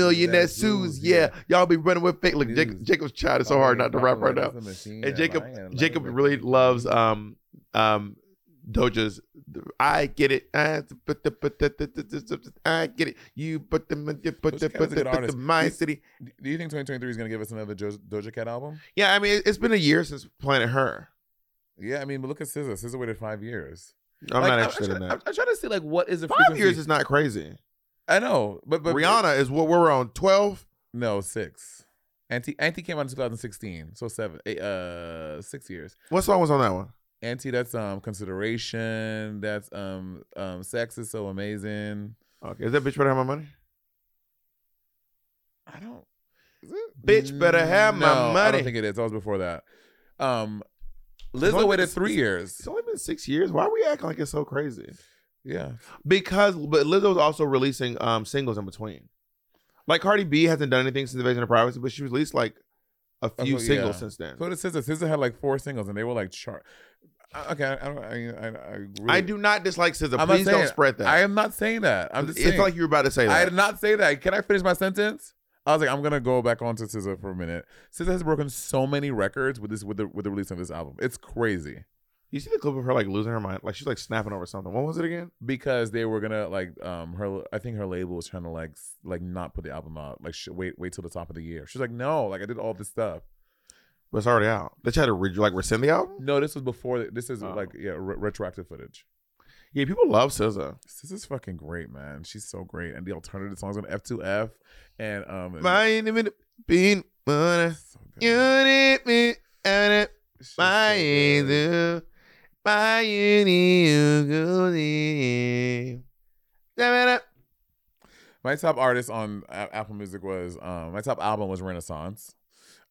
S9: Millionaire
S4: sues,
S9: sues,
S4: yeah. Y'all be running with fake." Look, Jac-
S9: News.
S4: Jacob's child is so hard not to rap right now. And Jacob, Jacob really loves um um Doja's. I get it. I but the but the, the, the, the, the, the- I get it. You but the but the but the,
S9: Doja
S4: but the,
S9: Cat's a
S4: but
S9: good
S4: the
S9: artist.
S4: my
S9: You-
S4: city.
S9: Do you think 2023 is going to give us another jo- Doja Cat album?
S4: Yeah, I mean it, it's been a year since Planet Her.
S9: Yeah, I mean, but look at SZA. SZA waited five years.
S4: I'm
S9: Like,
S4: not interested
S9: I'm,
S4: in
S9: I'm,
S4: that.
S9: I'm trying to see like what is the
S4: Five
S9: frequency-
S4: years is not crazy.
S9: I know, but but
S4: Rihanna is what we're on. Twelve.
S9: No, six. Auntie Auntie came out in 2016, so seven, eight, uh, six years.
S4: What song was on that one?
S9: Auntie, that's um consideration. That's um um sex is so amazing.
S4: Okay, is that bitch better have my money?
S9: I don't.
S4: Bitch better have my
S9: No, I
S4: money.
S9: don't think it is. That was before that. Um, Lizzo
S4: only
S9: waited
S4: been-
S9: three years.
S4: It's only been six years. Why are we acting like it's so crazy?
S9: Yeah.
S4: Because but Lizzo's also releasing um singles in between. Like Cardi B hasn't done anything since Invasion of Privacy, but she released like a few
S9: Oh, yeah.
S4: singles since then.
S9: So did SZA. SZA had like four singles, and they were like chart. I- Okay, I don't. I, I, I, really,
S4: I do not dislike SZA.
S9: I'm not
S4: Please don't
S9: saying-
S4: spread that.
S9: I am not saying that. I'm just.
S4: it's
S9: saying,
S4: like you were about to say
S9: I
S4: that.
S9: did not say that. Can I finish my sentence? I was like, I'm gonna go back onto SZA for a minute. SZA has broken so many records with this with the with the release of this album. It's crazy
S4: you see the clip of her like losing her mind, like she's like snapping over something. What was it again?
S9: because they were gonna like um her. I think her label was trying to like s- like not put the album out. Like sh- wait wait till the top of the year. She's like, no, like I did all this stuff.
S4: But it's already out. They tried to re- like rescind the album.
S9: No, this was before. This is
S4: Oh.
S9: like yeah re- retroactive footage.
S4: Yeah, people love SZA.
S9: This is fucking great, man. She's so great, and the alternative songs on F2F and um.
S4: My enemy being money.
S9: so good.
S4: You need me and it
S9: She's so
S4: my
S9: good.
S4: angel. My union.
S9: My top artist on A- Apple Music was um my top album was Renaissance.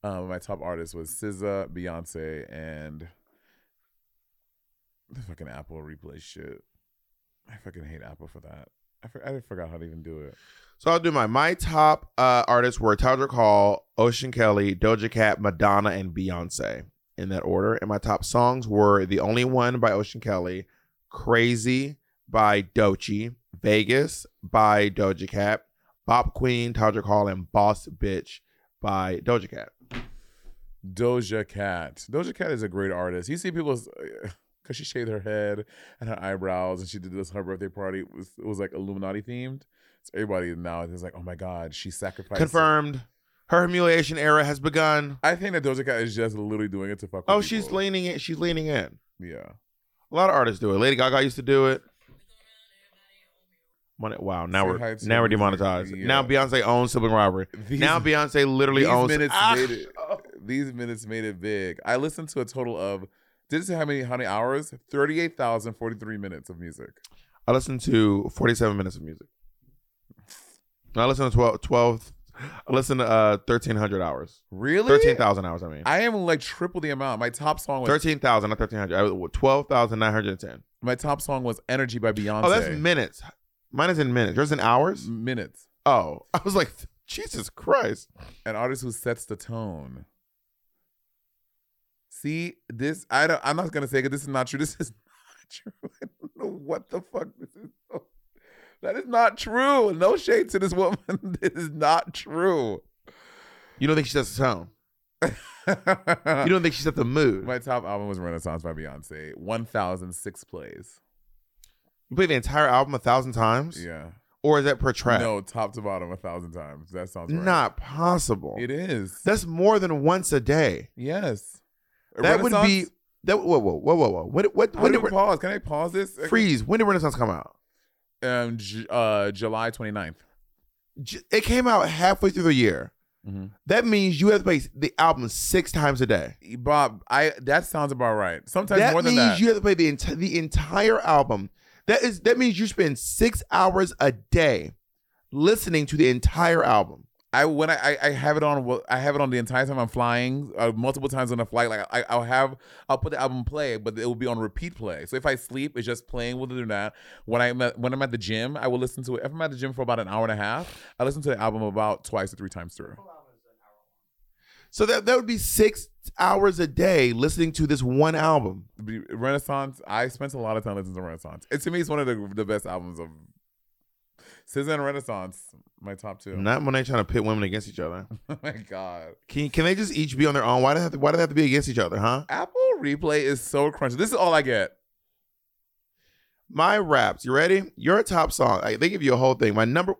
S9: Um, my top artist was SZA, Beyonce, and the fucking Apple Replay shit. I fucking hate Apple for that. I, for, I forgot how to even do it.
S4: So I'll do my my top uh, artists were Todrick Hall, Ocean Kelly, Doja Cat, Madonna, and Beyonce in that order. And my top songs were "The Only One" by Ocean Kelly, "Crazy" by Dochi, "Vegas" by Doja Cat, "Bop Queen," Todrick Hall, and "Boss Bitch" by Doja Cat.
S9: Doja Cat. Doja Cat is a great artist. You see people because she shaved her head and her eyebrows, and she did this her birthday party it was it was like Illuminati themed. So everybody now is like, oh my god, she sacrificed.
S4: Confirmed. Her humiliation era has begun.
S9: I think that Doja Cat is just literally doing it to fuck. With
S4: Oh, she's
S9: people.
S4: leaning in. She's leaning in.
S9: yeah.
S4: A lot of artists do it. Lady Gaga used to do it. Mon- Wow, now
S9: Say hi
S4: we're
S9: to
S4: now we're
S9: me.
S4: demonetized.
S9: Yeah.
S4: Now Beyonce owns sibling robbery.
S9: These-
S4: now Beyonce literally
S9: These
S4: owns.
S9: minutes
S4: *laughs* Ah!
S9: made it. These minutes made it big. I listened to a total of did it say how many how many hours? Thirty eight thousand forty three minutes of music.
S4: I listened to 47 minutes of music. I listened to 12, 12 I listened to uh, 1,300 hours.
S9: Really?
S4: 13,000 hours, I mean.
S9: I am like triple the amount. My top song was
S4: 13,000, not 1,300. I was- 12,910.
S9: my top song was Energy by Beyonce.
S4: Oh, that's minutes. Mine is in minutes. Yours in hours?
S9: minutes.
S4: Oh, *laughs* I was like, Jesus Christ.
S9: An artist who sets the tone. See this? I don't. I'm not gonna say it. This is not true. *laughs* This is not true. I don't know what the fuck this is. *laughs* That is not true. No shade to this woman. *laughs* this is not true.
S4: You don't think she sets the tone?
S9: *laughs* Uh,
S4: You don't think she set the mood?
S9: My top album was Renaissance by Beyonce. 1,006 plays.
S4: You play the entire album a thousand times?
S9: Yeah.
S4: Or is that per track?
S9: No, top to bottom, a thousand times. That sounds right.
S4: Not possible.
S9: It is.
S4: That's more than once a day.
S9: yes.
S4: That would be
S9: Renaissance-
S4: that. Whoa, whoa, whoa, whoa, whoa. What? What?
S9: How
S4: When
S9: do
S4: did
S9: we
S4: Re-
S9: pause? Can I pause this?
S4: freeze? When did Renaissance come out?
S9: Um, J- uh, July 29th.
S4: J- It came out halfway through the year.
S9: Mhm.
S4: That means you have to play the album six times a day.
S9: Bob, I that sounds about right. Sometimes
S4: that
S9: more than
S4: means
S9: that.
S4: you have to play the entire the entire album. That is that means you spend six hours a day listening to the entire album.
S9: I when I, I I have it on well, I have it on the entire time I'm flying uh, multiple times on a flight like I, I'll have I'll put the album play but it will be on repeat play so if I sleep it's just playing whether or not when I'm at, when I'm at the gym I will listen to it if I'm at the gym for about an hour and a half I listen to the album about twice or three times through
S4: So that that would be six hours a day listening to this one album.
S9: Be- Renaissance I spent a lot of time listening to Renaissance it to me it's one of the, the best albums of SZA and Renaissance my top two
S4: Not when they trying to pit women against each other.
S9: *laughs* oh my god
S4: Can can they just each be on their own? Why do they have to, why do they have to be against each other, huh?
S9: Apple Replay is so crunchy this is all I get
S4: My raps, you ready? Your top song. Like, they give you a whole thing. My number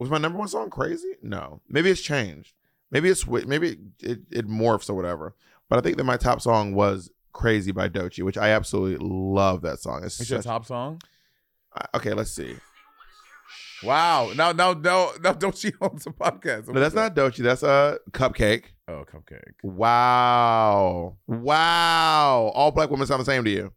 S4: was my number one song crazy? No, maybe it's changed. Maybe it's swi- maybe it, it morphs or whatever. But I think that my top song was "Crazy" by Dochi, which I absolutely love that song. It's
S9: it's your
S4: such-
S9: top song.
S4: I- okay, let's see.
S9: Wow. No, no, no, no, don't she own the podcast?
S4: No, that's not Dochi. That's uh Cupcake.
S9: Oh, cupcake.
S4: Wow, wow! All black women sound the same to you.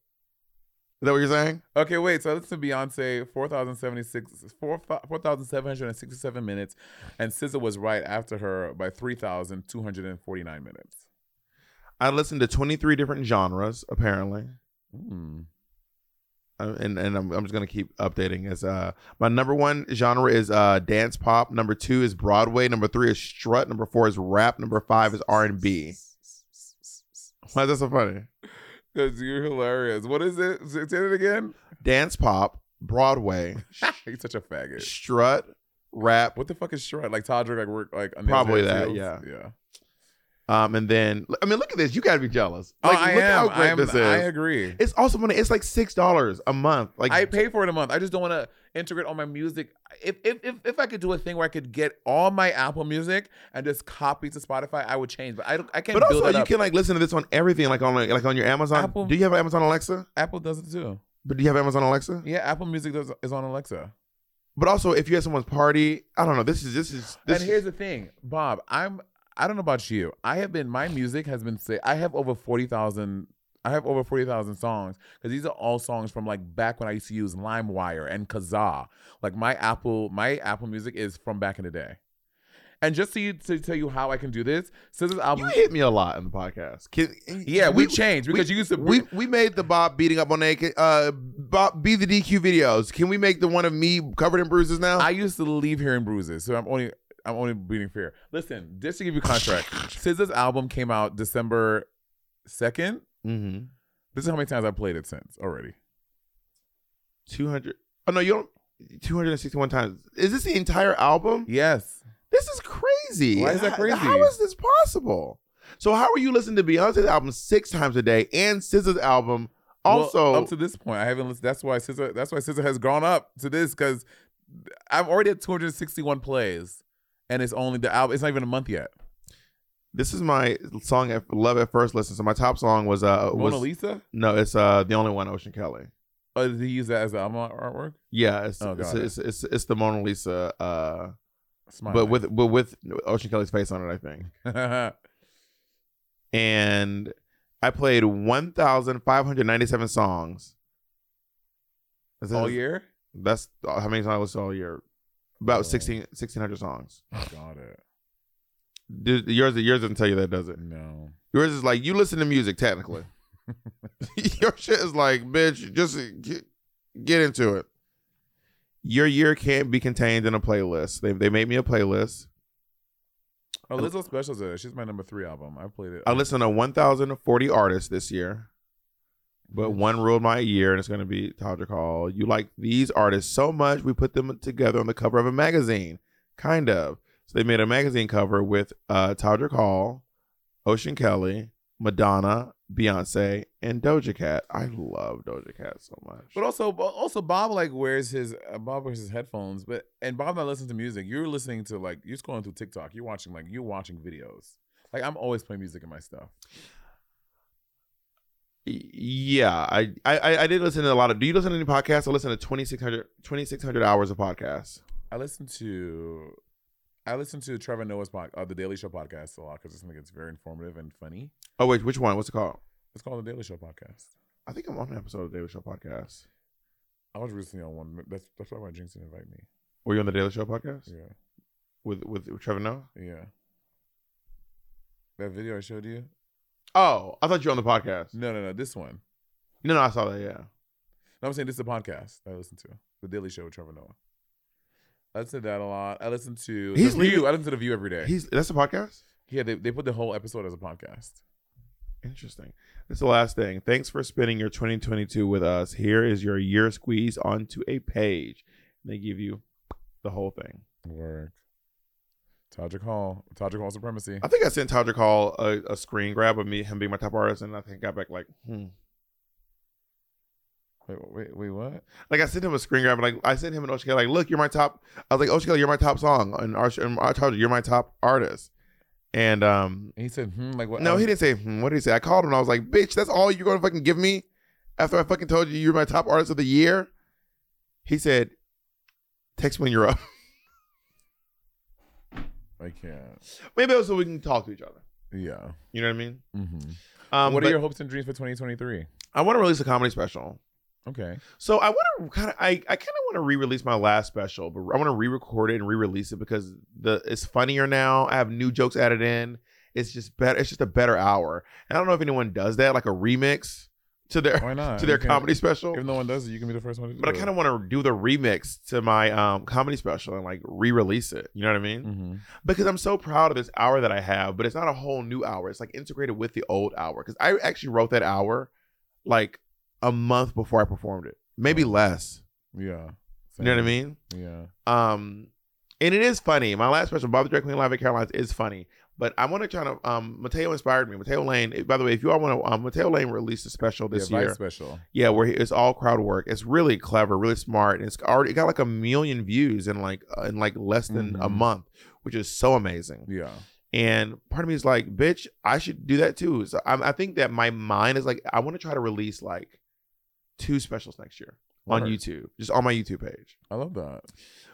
S4: Is that what you're saying?
S9: Okay, wait. So I listened to Beyonce 4,076, 4, 4,767 minutes, and SZA was right after her by 3,249 minutes.
S4: I listened to 23 different genres apparently. Hmm.
S9: Mm.
S4: Uh, and and I'm, I'm just gonna keep updating. As uh, my number one genre is uh dance pop. Number two is Broadway. Number three is strut. Number four is rap. Number five is R and B. Why is that so funny?
S9: Because you're hilarious. What is it? Say say it again. *laughs*
S4: Dance pop, Broadway, *laughs*
S9: You're such a faggot.
S4: strut, rap.
S9: What the fuck is Shrek? Like Todrick, like work, like on the
S4: Probably
S9: other side
S4: that,
S9: of
S4: yeah.
S9: fields? Yeah.
S4: Um, and then I mean, look at this. You gotta be jealous.
S9: Oh,
S4: Like,
S9: I
S4: look
S9: am.
S4: how great
S9: I am.
S4: this is.
S9: I agree.
S4: it's also money. It's like six dollars a month. Like
S9: I pay for it a month. I just don't want to integrate all my music. If, if if if I could do a thing where I could get all my Apple music and just copy to Spotify, I would change. But I don't, I can't
S4: but
S9: build
S4: also
S9: it
S4: you
S9: up.
S4: can like listen to this on everything, like on like, like on your Amazon.
S9: Apple-
S4: Do you have Amazon Alexa?
S9: Apple does it too.
S4: But do you have Amazon Alexa?
S9: Yeah, Apple Music does, is on Alexa.
S4: But also, if you're at someone's party, I don't know. This is this is this.
S9: and here's the thing, Bob. I'm I don't know about you. I have been my music has been say I have over forty thousand. I have over forty thousand songs because these are all songs from like back when I used to use LimeWire and Kazaa. Like my Apple, my Apple Music is from back in the day, And just so you, to tell you how I can do this, Scissor's
S4: You
S9: album.
S4: hit me a lot in the podcast. Can-
S9: yeah, we, changed because you used to.
S10: We we made the Bob beating up on AK, uh Bob be the DQ videos. Can we make the one of me covered in bruises
S4: Oh.
S10: now?
S9: I used to leave hearing bruises, so I'm only I'm only beating fear. Listen, just to give you
S4: *laughs*
S9: contract, SZA's album came out December second.
S4: Mm-hmm.
S9: This is how many times I've played it since already.
S4: 200. Oh, no, you don't. 261 times. Is this the entire album?
S9: Yes,
S4: This is crazy.
S9: Why is that crazy?
S4: How is this possible? So, how are you listening to Beyonce's album six times a day and SZA's album
S9: Well,
S4: also?
S9: up to this point, I haven't. Listened, that's why SZA. That's why SZA has gone up to this because I'm already at 261 plays, and it's only the album. It's not even a month yet.
S4: this is my song at Love at First Listen. So, my top song was. uh was,
S9: Mona Lisa.
S4: No, it's uh the only one, Ocean Kelly.
S9: Oh, did he use that as the album artwork?
S4: Yeah, it's
S9: Oh,
S4: it's,
S9: got it.
S4: it's, it's, it's the Mona Lisa, uh,
S9: Smile.
S4: but
S9: *laughs*
S4: with but with Ocean Kelly's face on it, I think. and I played 1,597 songs. Is that-
S9: all year.
S4: That's uh, how many songs I listened all year.
S9: Oh.
S4: About 16, 1,600 songs.
S9: Got it.
S4: Dude, yours, yours doesn't tell you that, does it?
S9: No.
S4: Yours is like, you listen to music, technically. *laughs* Your shit is like, bitch, just get, get into it. Your year can't be contained in a playlist. They, they made me a playlist.
S9: Oh, Lizzo Special's it. She's my number three album. I played it.
S4: I listened to 1,040 artists this year, but one ruled my year, and it's going to be Todrick Hall. You like these artists so much, we put them together on the cover of a magazine, kind of. So they made a magazine cover with uh, Todrick Hall, Ocean Kelly, Madonna, Beyonce, and Doja Cat. I love Doja Cat so much.
S9: But also, but also Bob like wears his uh, Bob wears his headphones, but and Bob not listening to music. You're listening to like you're scrolling through TikTok. You're watching like you're watching videos. Like I'm always playing music in my stuff.
S4: yeah, I, I I- I did listen to a lot of. Do you listen to any podcasts? I listen to 2,600 2,600 hours of podcasts.
S9: I listen to, I listen to Trevor Noah's pod, uh, the Daily Show podcast a lot because I think it's very informative and funny.
S4: Oh wait, which one? What's it called?
S9: It's called the Daily Show podcast.
S4: I think I'm on an episode of the Daily Show podcast.
S9: I was recently on one. That's that's why my drinks didn't invite me.
S4: Were you on the Daily Show podcast
S9: Yeah,
S4: with with, with Trevor Noah?
S9: yeah. That video I showed you?
S4: Oh, I thought you were on the podcast.
S9: No, no, no. This one.
S4: No, no, I saw that. Yeah,
S9: No, I'm saying this is a podcast that I listen to, The Daily Show with Trevor Noah. I listen to that a lot. I listen to
S4: He's
S9: The View.
S4: leaving-
S9: I listen to The View every day.
S4: he's that's a podcast.
S9: yeah, they, they put the whole episode as a podcast.
S4: Interesting. That's the last thing. Thanks for spending your 2022 with us. Here is your year squeeze onto a page. And they give you the whole thing.
S9: Work. Todrick Hall. Todrick Hall Supremacy.
S4: I think I sent Todrick Hall a, a screen grab of me him being my top artist, and I think I got back like, hmm.
S9: Wait, wait, wait, what?
S4: Like I sent him a screen grab, and like I sent him an Oshkel, like, look, you're my top. I was like, Oshkel, you're my top song, and Arch, and Arch, you're my top artist. And um,
S9: And he said, hmm, like what?
S4: No, he didn't say. Hmm, what did he say? I called him and I was like, "Bitch, that's all you're gonna fucking give me." After I fucking told you you're my top artist of the year, he said, "Text when you're up." *laughs*
S9: I can't.
S4: Maybe so we can talk to each other.
S9: Yeah.
S4: You know what I mean?
S9: hmm
S4: Um,
S9: what
S4: but
S9: are your hopes and dreams for 2023?
S4: I want to release a comedy special.
S9: Okay.
S4: So I want to kind of, I, I kind of want to re-release my last special, but I want to re-record it and re-release it because the it's funnier now. I have new jokes added in. It's just better. It's just a better hour. And I don't know if anyone does that, like a remix to their
S9: Why
S4: *laughs*
S9: not?
S4: to their
S9: You can- *laughs*
S4: comedy special.
S9: If no one does it, you can be the first one to do
S4: But I kind of want to do the remix to my um, comedy special and like re-release it. You know what I mean?
S9: hmm
S4: Because I'm so proud of this hour that I have, but it's not a whole new hour. It's like integrated with the old hour. Because I actually wrote that hour like a month before I performed it, maybe less.
S9: Yeah.
S4: You know what I mean?
S9: Yeah.
S4: Um, and it is funny. My last special, Bob the Drag Queen Live at Caroline's, is funny. But I want to try to. Um, Mateo inspired me. Mateo Lane. eh, By the way, if you all want to, um, Mateo Lane released a special this
S9: yeah,
S4: year.
S9: Vice special.
S4: Yeah, where he, it's all crowd work. It's really clever, really smart, and it's already it got like a million views in like uh, in like less than a
S9: Mhm.
S4: month, which is so amazing.
S9: Yeah.
S4: And part of me is like, bitch, I should do that too. So I'm, I think that my mind is like, I want to try to release like two specials next year on
S9: Word.
S4: YouTube, just on my YouTube page,
S9: I love that.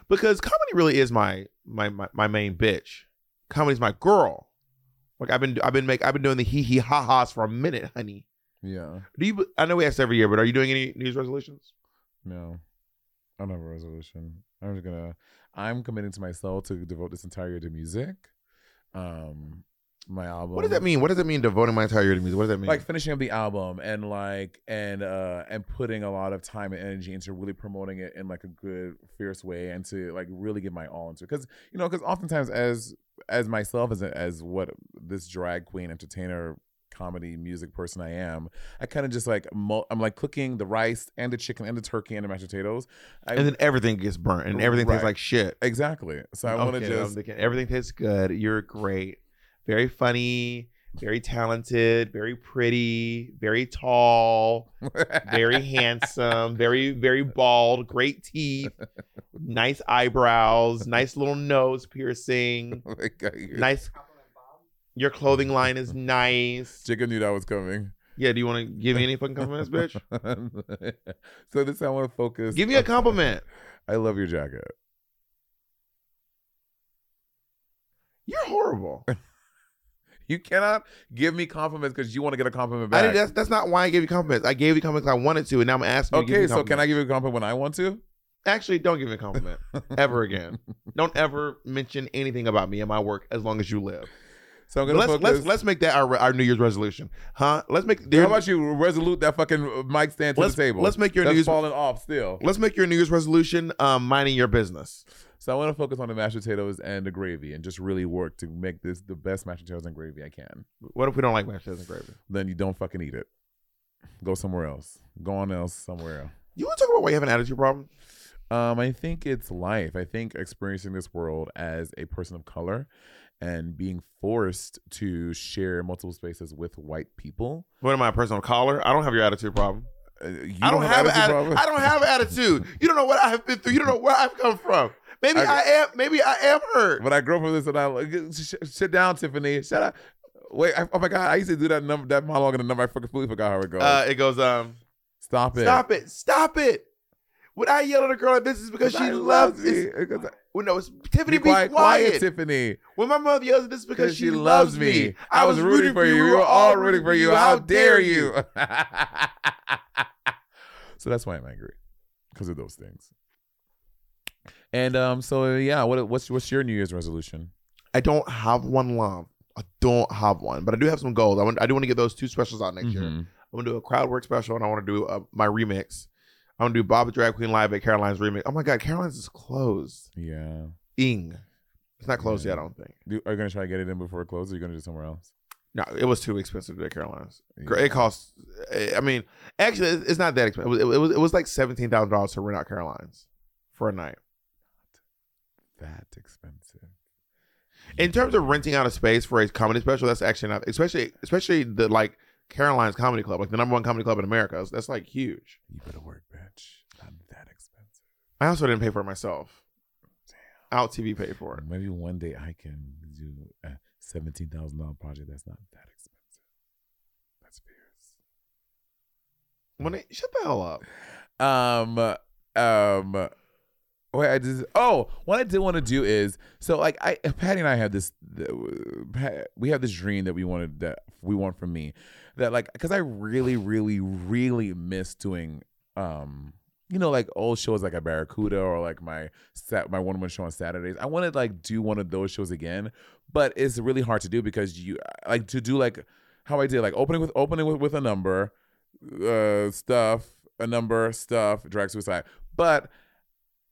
S4: because comedy really is my my my, my main bitch. Comedy's my girl. Like I've been I've been make I've been doing the hee hee ha ha's for a minute, honey.
S9: Yeah.
S4: Do you? I know we ask every year, but are you doing any New Year's resolutions?
S9: No. I don't have a resolution. I'm just gonna I'm committing to my soul to devote this entire year to music. Um, my album.
S4: What does that mean? What does it mean devoting my entire year to music? What does that mean?
S9: Like finishing up the album and like and uh and putting a lot of time and energy into really promoting it in like a good fierce way and to like really give my all into it because you know because oftentimes as as myself as a, as what this drag queen entertainer comedy music person I am I kind of just like mul- I'm like cooking the rice and the chicken and the turkey and the mashed potatoes I,
S4: and then everything gets burnt and everything tastes
S9: Right.
S4: like shit.
S9: exactly so I want to
S4: Okay,
S9: just
S4: I'm thinking, everything tastes good. You're great. Very funny, very talented, very pretty, very tall,
S9: *laughs*
S4: very handsome, very, very bald, great teeth, nice eyebrows, nice little nose piercing,
S9: *laughs* like, I-
S4: nice. Your clothing line is nice.
S9: Jacob knew that was coming.
S4: Yeah, do you want to give me any fucking compliments,
S9: *laughs*
S4: bitch?
S9: so this I want to focus.
S4: Give me a compliment.
S9: I love your jacket.
S4: You're horrible.
S9: You cannot give me compliments because you want to get a
S4: I
S9: compliment back.
S4: didn't, that's, that's not why I gave you compliments. I gave you compliments I wanted to, and now I'm asking. you to give
S9: okay,
S4: me
S9: so can I
S4: compliments.
S9: give you a compliment when I want to?
S4: Actually, don't give me a compliment ever again. Don't ever mention anything about me and my work as long as you live.
S9: *laughs* So I'm gonna
S4: Let's
S9: focus.
S4: let's let's make that our, our New Year's resolution, huh? Let's make
S9: How about you resolute that fucking uh, mic stand to
S4: Let's-
S9: the table?
S4: let's make your
S9: That's
S4: news-
S9: falling off still.
S4: let's make your New Year's resolution um, minding your business.
S9: So I want to focus on the mashed potatoes and the gravy, and just really work to make this the best mashed potatoes and gravy I can.
S4: What if we don't like mashed potatoes and gravy?
S9: Then you don't fucking eat it. Go somewhere else. Go on else somewhere else.
S4: You want to talk about why you have an attitude problem?
S9: Um, I think it's life. I think experiencing this world as a person of color and being forced to share multiple spaces with white people.
S4: What am I, a personal caller? I don't have your attitude problem.
S9: Uh, you
S4: I don't, have,
S9: attitude
S4: an
S9: problem?
S4: atti- I don't have attitude. You don't know what I have been through. You don't know where I've come from. Maybe
S9: Okay.
S4: I am. Maybe I am hurt.
S9: *laughs* But I grew up with this, and I like, sh- sh- sit down, Tiffany. Shut up. Wait. I, oh my God. I used to do that number, that monologue, and the number. I fucking completely forgot how it goes.
S4: Uh, it goes. Um,
S9: stop it.
S4: Stop it. Stop it. When I yell at a girl like this, it's because she
S9: I
S4: loves
S9: love you.
S4: me.
S9: Because I-
S4: Well, no, it's Tiffany,
S9: Be
S4: be,
S9: quiet,
S4: quiet.
S9: quiet, Tiffany.
S4: When my mother yells at this, it's because she, loves me.
S9: I was rooting for you. We were all rooting for you. How dare *laughs* you? so that's why I'm angry because of those things. And um, so yeah, what what's what's your New Year's resolution?
S4: I don't have one love. I don't have one, but I do have some goals. I, want, I do want to get those two specials out next year.
S9: Mhm.
S4: I'm gonna do a crowd work special, and I want to do uh, my remix. I'm gonna do Bob the Drag Queen live at Caroline's remix. Oh my God, Caroline's is closed.
S9: Yeah.
S4: Ing, it's not closed
S9: Mm.
S4: yet. I don't think.
S9: Do, are you gonna try to get it in before it closes? Or are you gonna do it somewhere else?
S4: No, it was too expensive to do at Caroline's. Gr-
S9: Yeah.
S4: It costs. eh, I mean, actually, it's it's not that expensive. It was. It was, it was like seventeen thousand dollars to rent out Caroline's for a night.
S9: that expensive.
S4: In terms of renting out a space for a comedy special, that's actually not. Especially, especially the like Caroline's Comedy Club, like the number one comedy club in America. That's- That's like huge.
S9: You better work, bitch. Not that expensive.
S4: I also didn't pay for it myself. Out TV paid for it.
S9: Maybe one day I can do a seventeen thousand dollar project that's not that expensive. That's fierce.
S4: When it, shut the hell up.
S9: um um wait i just oh what i did want to do is so like i patty and i have this th- Pat- we have this dream that we wanted that we want from me that like because i really really really miss doing um you know like old shows like a barracuda or like my sat my one-woman show on saturdays i want to like do one of those shows again but it's really hard to do because you uh, like to do like how i did like opening with opening with, with a number uh stuff, a number, stuff, drag suicide. But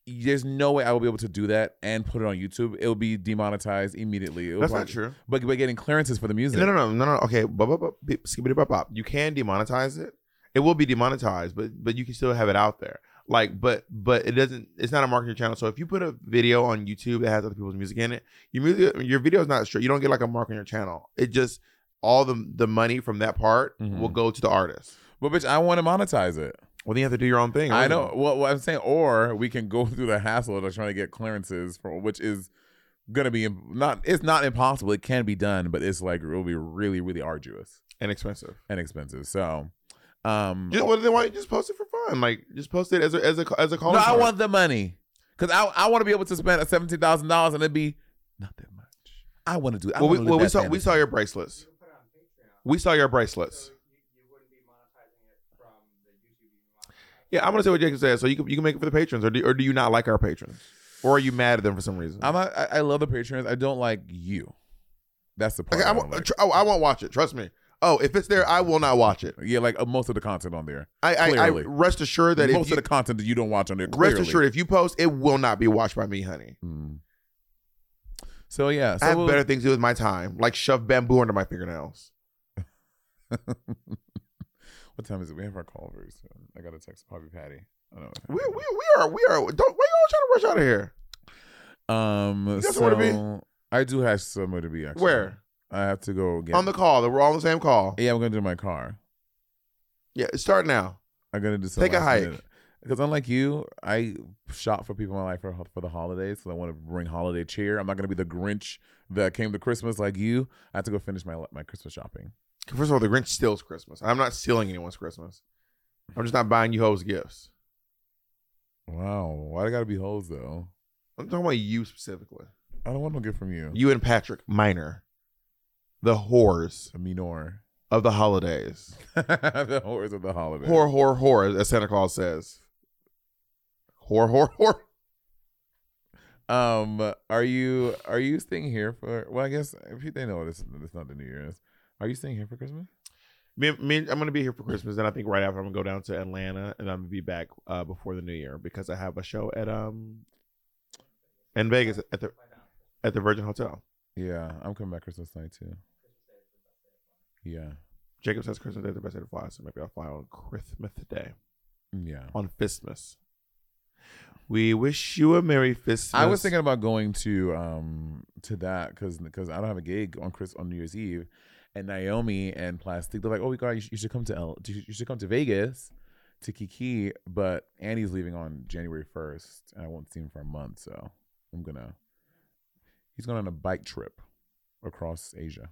S9: there's no way I will be able to do that and put it on YouTube. It'll be demonetized immediately. It'll
S4: That's not
S9: probably-
S4: true.
S9: But but getting clearances for the music.
S4: No, no, no, no, no. Okay, bop, bop, bop, beep, skibbity bop, bop. You can demonetize it. It will be demonetized, but but you can still have it out there. Like, but but it doesn't. It's not a marketing channel. So if you put a video on YouTube that has other people's music in it, your music, your video is not straight. You don't get like a mark on your channel. It just all the the money from that part
S9: Mhm.
S4: will go to the artist.
S9: But bitch, I want to monetize it.
S4: Well, then you have to do your own thing.
S9: I
S4: right?
S9: know. Well, what I'm saying, or we can go *laughs* through the hassle of trying to get clearances for, which is gonna be im- not. It's not impossible. It can be done, but it's like it'll be really, really arduous
S4: and expensive.
S9: and expensive. So, um,
S4: Just, well, then why don't you just post it for fun? Like, just post it as a as a as a call.
S9: No, I want the money because I I want to be able to spend a seventeen thousand dollars and it'd be not that much. I want to do. I
S4: Well, we,
S9: wanna live
S4: well, we
S9: that
S4: saw we
S9: fantasy.
S4: saw your bracelets. We saw your bracelets. Yeah, I'm gonna say what Jacob said. So you can you can make it for the patrons, or do, or do you not like our patrons? Or are you mad at them for some reason?
S9: I'm not, I, I love the patrons. I don't like you. That's the part.
S4: Okay,
S9: I
S4: I
S9: don't
S4: won't,
S9: like.
S4: tr- oh, I won't watch it. Trust me. Oh, if it's there, I will not watch it.
S9: yeah, like uh, most of the content on there.
S4: I, I, I
S9: Clearly.
S4: rest assured that
S9: most
S4: if you,
S9: of the content that you don't watch on there. Clearly.
S4: rest assured if you post, it will not be watched by me, honey.
S9: Mm. So yeah, so
S4: I have
S9: we'll-
S4: better things to do with my time, like shove bamboo under my fingernails.
S9: *laughs* what time is it? We have our call very soon. I got to text Bobby Patty. I don't know.
S4: We, we, we are we are. Don't why y'all trying to rush out of here?
S9: Um,
S4: got somewhere to be?
S9: so I do have somewhere to be. Actually,
S4: Where
S9: I have to go get
S4: on the call? That we're all on the same call.
S9: Yeah, I'm gonna do my car.
S4: Yeah, start now.
S9: I'm gonna do
S4: Take a hike.
S9: Because unlike you, I shop for people in my life for, for the holidays, so I want to bring holiday cheer. I'm not gonna be the Grinch that came to Christmas like you. I have to go finish my my Christmas shopping.
S4: First of all, the Grinch steals Christmas. I'm not stealing anyone's Christmas. I'm just not buying you hoes gifts.
S9: Wow, why do I gotta be hoes though?
S4: I'm talking about you specifically.
S9: I don't want no gift from you.
S4: You and Patrick Minor, the whores
S9: a minor. *laughs*
S4: of the holidays.
S9: the horrors of the holidays.
S4: Whore, whore, whore, as Santa Claus says. Whore, whore, whore.
S9: Um, are you are you staying here for? Well, I guess if you- they know this, it's not the New Year's. Are you staying here for Christmas?
S4: Me, me, I'm going to be here for Christmas, and I think right after I'm going to go down to Atlanta, and I'm going to be back uh, before the New Year because I have a show at um in Vegas at the at the Virgin Hotel.
S9: Yeah, I'm coming back Christmas night too. Yeah,
S4: Jacob says Christmas Day is the best day to fly, so maybe I'll fly on Christmas Day
S9: mm, yeah.
S4: on Fistmas. We wish you a merry Fistmas.
S9: I was thinking about going to um to that because I don't have a gig on Chris on New Year's Eve, and Naomi and Plastic they're like, oh my god, you should, you should come to L, you should come to Vegas to Kiki, but Annie's leaving on January first, and I won't see him for a month, so I'm gonna he's going on a bike trip across Asia.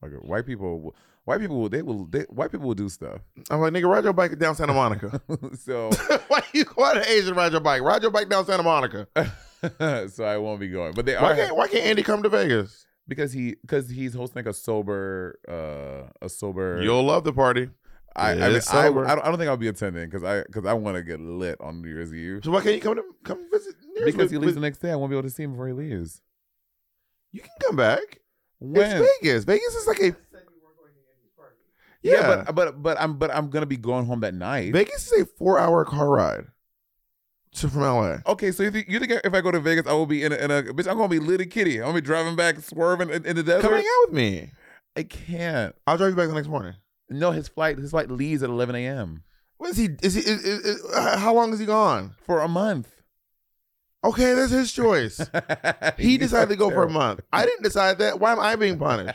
S9: Like white people, will- white people, will- they will, they, white people will do stuff. *laughs*
S4: I'm like, nigga, ride your bike down Santa *laughs* Monica.
S9: so *laughs*
S4: Why you why the Asian ride your bike? Ride your bike down Santa Monica.
S9: so I won't be going. But they
S4: Why
S9: are
S4: can't why can't Andy come to Vegas?
S9: because he because he's hosting like a sober uh a sober.
S4: You'll love the party.
S9: I I,
S4: It
S9: mean,
S4: is
S9: I, I
S4: sober.
S9: don't I don't think I'll be attending because I because I want to get lit on New Year's Eve
S4: So why can't you come to come visit? Nears
S9: because
S4: with-
S9: he leaves
S4: with-
S9: the next day. I won't be able to see him before he leaves.
S4: you can come back.
S9: When?
S4: It's Vegas. Vegas is like a.
S9: Yeah,
S4: Yeah,
S9: but but but I'm but I'm gonna be going home that night.
S4: Vegas is a four-hour car ride to from LA.
S9: Okay, so you think, you think if I go to Vegas, I will be in a, in a bitch? I'm gonna be litty kitty. I'm gonna be driving back, swerving in, in the desert.
S4: Come hang out with me.
S9: I can't.
S4: I'll drive you back the next morning.
S9: No, his flight his flight leaves at 11 a.m.
S4: What is he? Is he? Is, is, is- how long is he gone?
S9: for a month.
S4: *laughs* Okay, that's his
S9: *laughs*
S4: choice. He decided to go for a month. I didn't decide that. Why am I being
S9: *laughs*
S4: punished?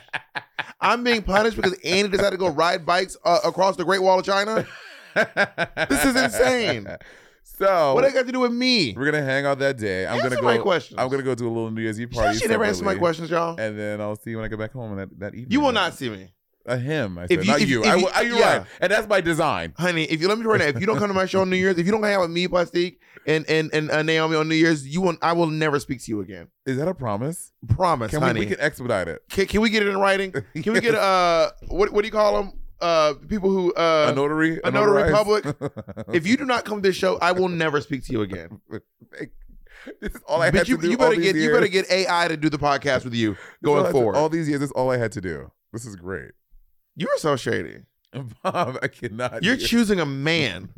S4: I'm being punished because Andy decided to go ride bikes uh, across the Great Wall of China. This is insane.
S9: So
S4: What that got to do with me?
S9: we're gonna hang out that day. Oh. I'm
S4: Answer
S9: gonna go.
S4: my questions.
S9: I'm gonna go do a little New Year's Eve party.
S4: She, she never answers my
S9: separately,
S4: questions, y'all.
S9: And then I'll see you when I get back home that, that evening.
S4: You will not see me.
S9: Uh, him. I said,
S4: If you-
S9: not
S4: if-
S9: you.
S4: if
S9: I
S4: you-
S9: will- uh, you're
S4: yeah.
S9: right. And that's my design.
S4: honey, if you let me tell you right now, if you don't come to my show on New Year's, if you don't hang out with me, Plastique, and and and uh, Naomi on New Year's, you will I will never speak to you again.
S9: Is that a promise?
S4: Promise,
S9: Can
S4: honey.
S9: we, we can expedite it?
S4: can, can we get it in writing? Can *laughs* we get uh what what do you call them? Uh, people who
S9: a
S4: uh,
S9: notary?
S4: a notary
S9: notarized? *laughs*
S4: if you do not come to this show, I will never speak to you again.
S9: this is all I
S4: Bitch,
S9: had
S4: you,
S9: to do.
S4: you
S9: all
S4: better
S9: these
S4: get you
S9: years.
S4: better get AI to do the podcast with you
S9: This is all I
S4: going
S9: had to-
S4: forward.
S9: all these years, this is all I had to do. This is great. *laughs*
S4: You're so shady.
S9: Bob, I cannot.
S4: You're
S9: do-
S4: choosing a man,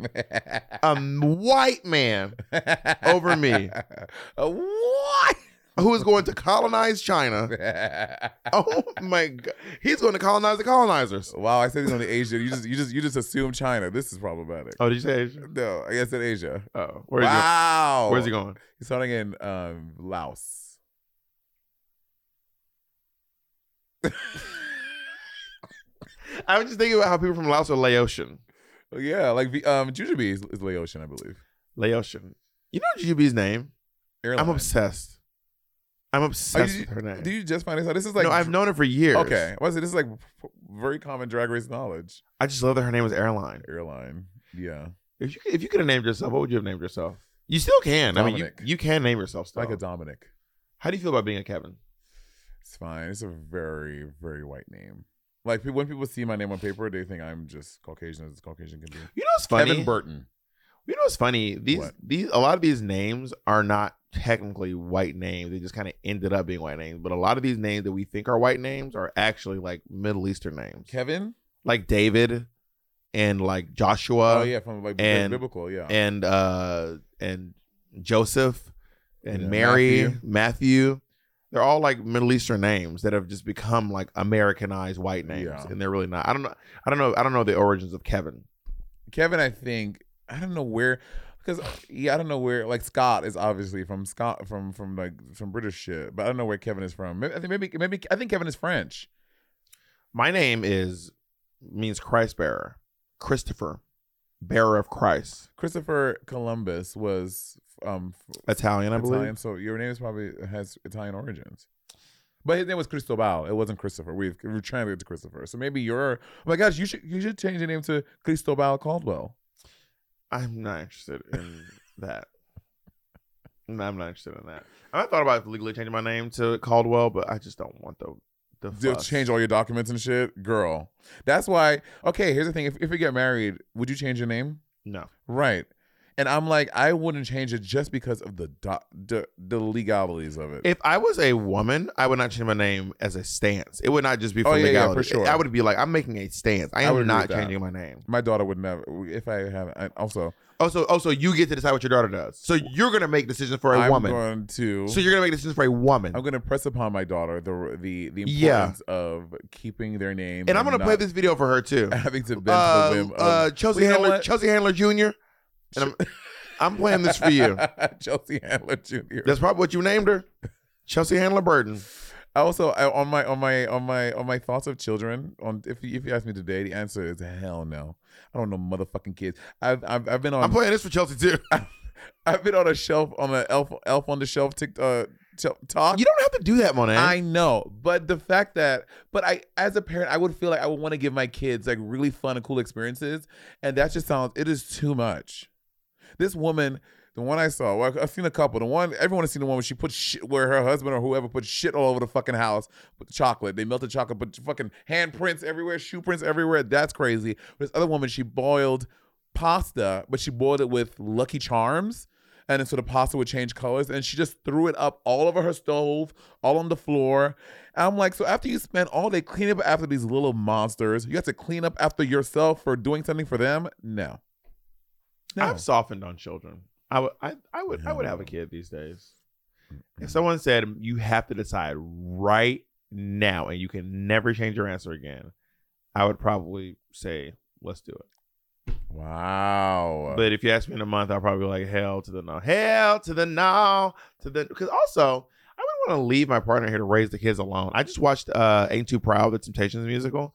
S9: *laughs*
S4: a white man, over me. *laughs*
S9: A
S4: Uh,
S9: *laughs* what?
S4: who is going to colonize *laughs* China. Oh my god, he's going to colonize the colonizers.
S9: Wow, I said he's only Asia. You just you just you just assume China. This is problematic.
S4: Oh, did you say? Asia?
S9: No, I said Asia.
S4: Oh, where's he going?
S9: wow.
S4: Where's he going?
S9: He's starting in um, Laos. *laughs*
S4: I was just thinking about how people from Laos are Laotian.
S9: Yeah, like the- um, Jujubee is, is Laotian, I believe.
S4: Laotian. You know GB's name?
S9: Airline.
S4: I'm obsessed. I'm
S9: Are
S4: obsessed
S9: you-
S4: with her name.
S9: Did you just find this out? This is like
S4: no, I've known her for years.
S9: Okay, what is it? This is like very common Drag Race knowledge.
S4: I just love that her name was Airline.
S9: Airline. Yeah,
S4: If you could- if you could have named yourself, what would you have named yourself? You still can. I mean,
S9: Dominic.
S4: you, you can name yourself
S9: it's
S4: stuff.
S9: like a Dominic.
S4: How do you feel about being a Kevin?
S9: It's fine. It's a very very white name. Like pe- when people see my name on paper, they think I'm just Caucasian as Caucasian can be.
S4: You know what's funny?
S9: Kevin Burton.
S4: You know what's funny? These
S9: What?
S4: these a lot of these names are not technically white names. They just kind of ended up being white names. But a lot of these names that we think are white names are actually like Middle Eastern names,
S9: Kevin?
S4: like David and like Joshua
S9: oh yeah, from like
S4: Uh, and-
S9: biblical, yeah.
S4: and uh and Joseph and
S9: Yeah,
S4: Mary,
S9: Matthew.
S4: Matthew. They're all like Middle Eastern names that have just become like Americanized white names,
S9: Yeah.
S4: and they're really not. I don't know. I don't know. I don't know the origins of Kevin.
S9: Kevin, I think I don't know where, because yeah, I don't know where. Like Scott is obviously from Scott from from like some British shit, but I don't know where Kevin is from. Maybe I think maybe maybe I think Kevin is French.
S4: My name is means Christ bearer, Christopher, bearer of Christ,
S9: Christopher Columbus was um f-
S4: Italian, I
S9: Italian,
S4: believe.
S9: so your name is probably has Italian origins. But his name was Cristobal. It wasn't Christopher. We've we're trying to get to Christopher. So maybe you're. Oh my gosh, you should you should change your name to Cristobal Caldwell.
S4: I'm not interested in that. No, I'm not interested in that. I thought about legally changing my name to Caldwell, but I just don't want the the
S9: They'll
S4: fuss.
S9: change all your documents and shit, girl. That's why. Okay, here's the thing. If if we get married, would you change your name?
S4: No,
S9: Right. And I'm like, I wouldn't change it just because of the do- the, the legalities of it.
S4: If I was a woman, I would not change my name as a stance. It would not just be for
S9: Oh, yeah, yeah,
S4: legality.
S9: for sure.
S4: I would be like, I'm making a stance. I
S9: I
S4: am
S9: would agree
S4: not
S9: with that.
S4: changing my name. Oh,
S9: My daughter would never. If I have, I, also
S4: Also, also, you get to decide what your daughter does. So you're gonna make decisions for a
S9: I'm
S4: woman.
S9: going to.
S4: So you're gonna make decisions for a woman.
S9: I'm going to press upon my daughter the the the
S4: Yeah.
S9: importance of keeping their name,
S4: and I'm gonna
S9: not
S4: play this video for her too.
S9: *laughs* having to bend to the
S4: Uh,
S9: whim of
S4: uh, Chelsea
S9: Well, you know
S4: Handler,
S9: what?
S4: Chelsea Handler Jr. And
S9: *laughs*
S4: I'm, I'm playing this for you.
S9: Chelsea Handler Jr.
S4: That's probably what you named her, Chelsea Handler Burton.
S9: I also I, on my on my on my on my thoughts of children. On if you, if you ask me today, the answer is hell no. I don't know motherfucking kids. I've I've, I've been on.
S4: I'm playing this for Chelsea
S9: *laughs*
S4: too.
S9: I've been on a shelf on an elf elf on the shelf tick uh tel- talk.
S4: You don't have to do that, Monet.
S9: I know, but the fact that, but I, as a parent, I would feel like I would want to give my kids like really fun and cool experiences, and that just sounds it is too much. This woman, the one I saw, well, I've seen a couple. The one everyone has seen the one where she put shit where her husband or whoever put shit all over the fucking house with chocolate. They melted chocolate, but fucking handprints everywhere, shoe prints everywhere. That's crazy. This other woman, she boiled pasta, but she boiled it with Lucky Charms. And then so the pasta would change colors, and she just threw it up all over her stove, all on the floor. And I'm like, so after you spend all day cleaning up after these little monsters, you have to clean up after yourself for doing something for them? No. No.
S4: I've softened on children. I would, I, I would, I would have a kid these days. If someone said you have to decide right now and you can never change your answer again, I would probably say let's do it.
S9: wow.
S4: But if you ask me in a month, I'll probably be like hell to the no, hell to the no, to the because also I wouldn't want to leave my partner here to raise the kids alone. I just watched uh Ain't Too Proud, the Temptations musical,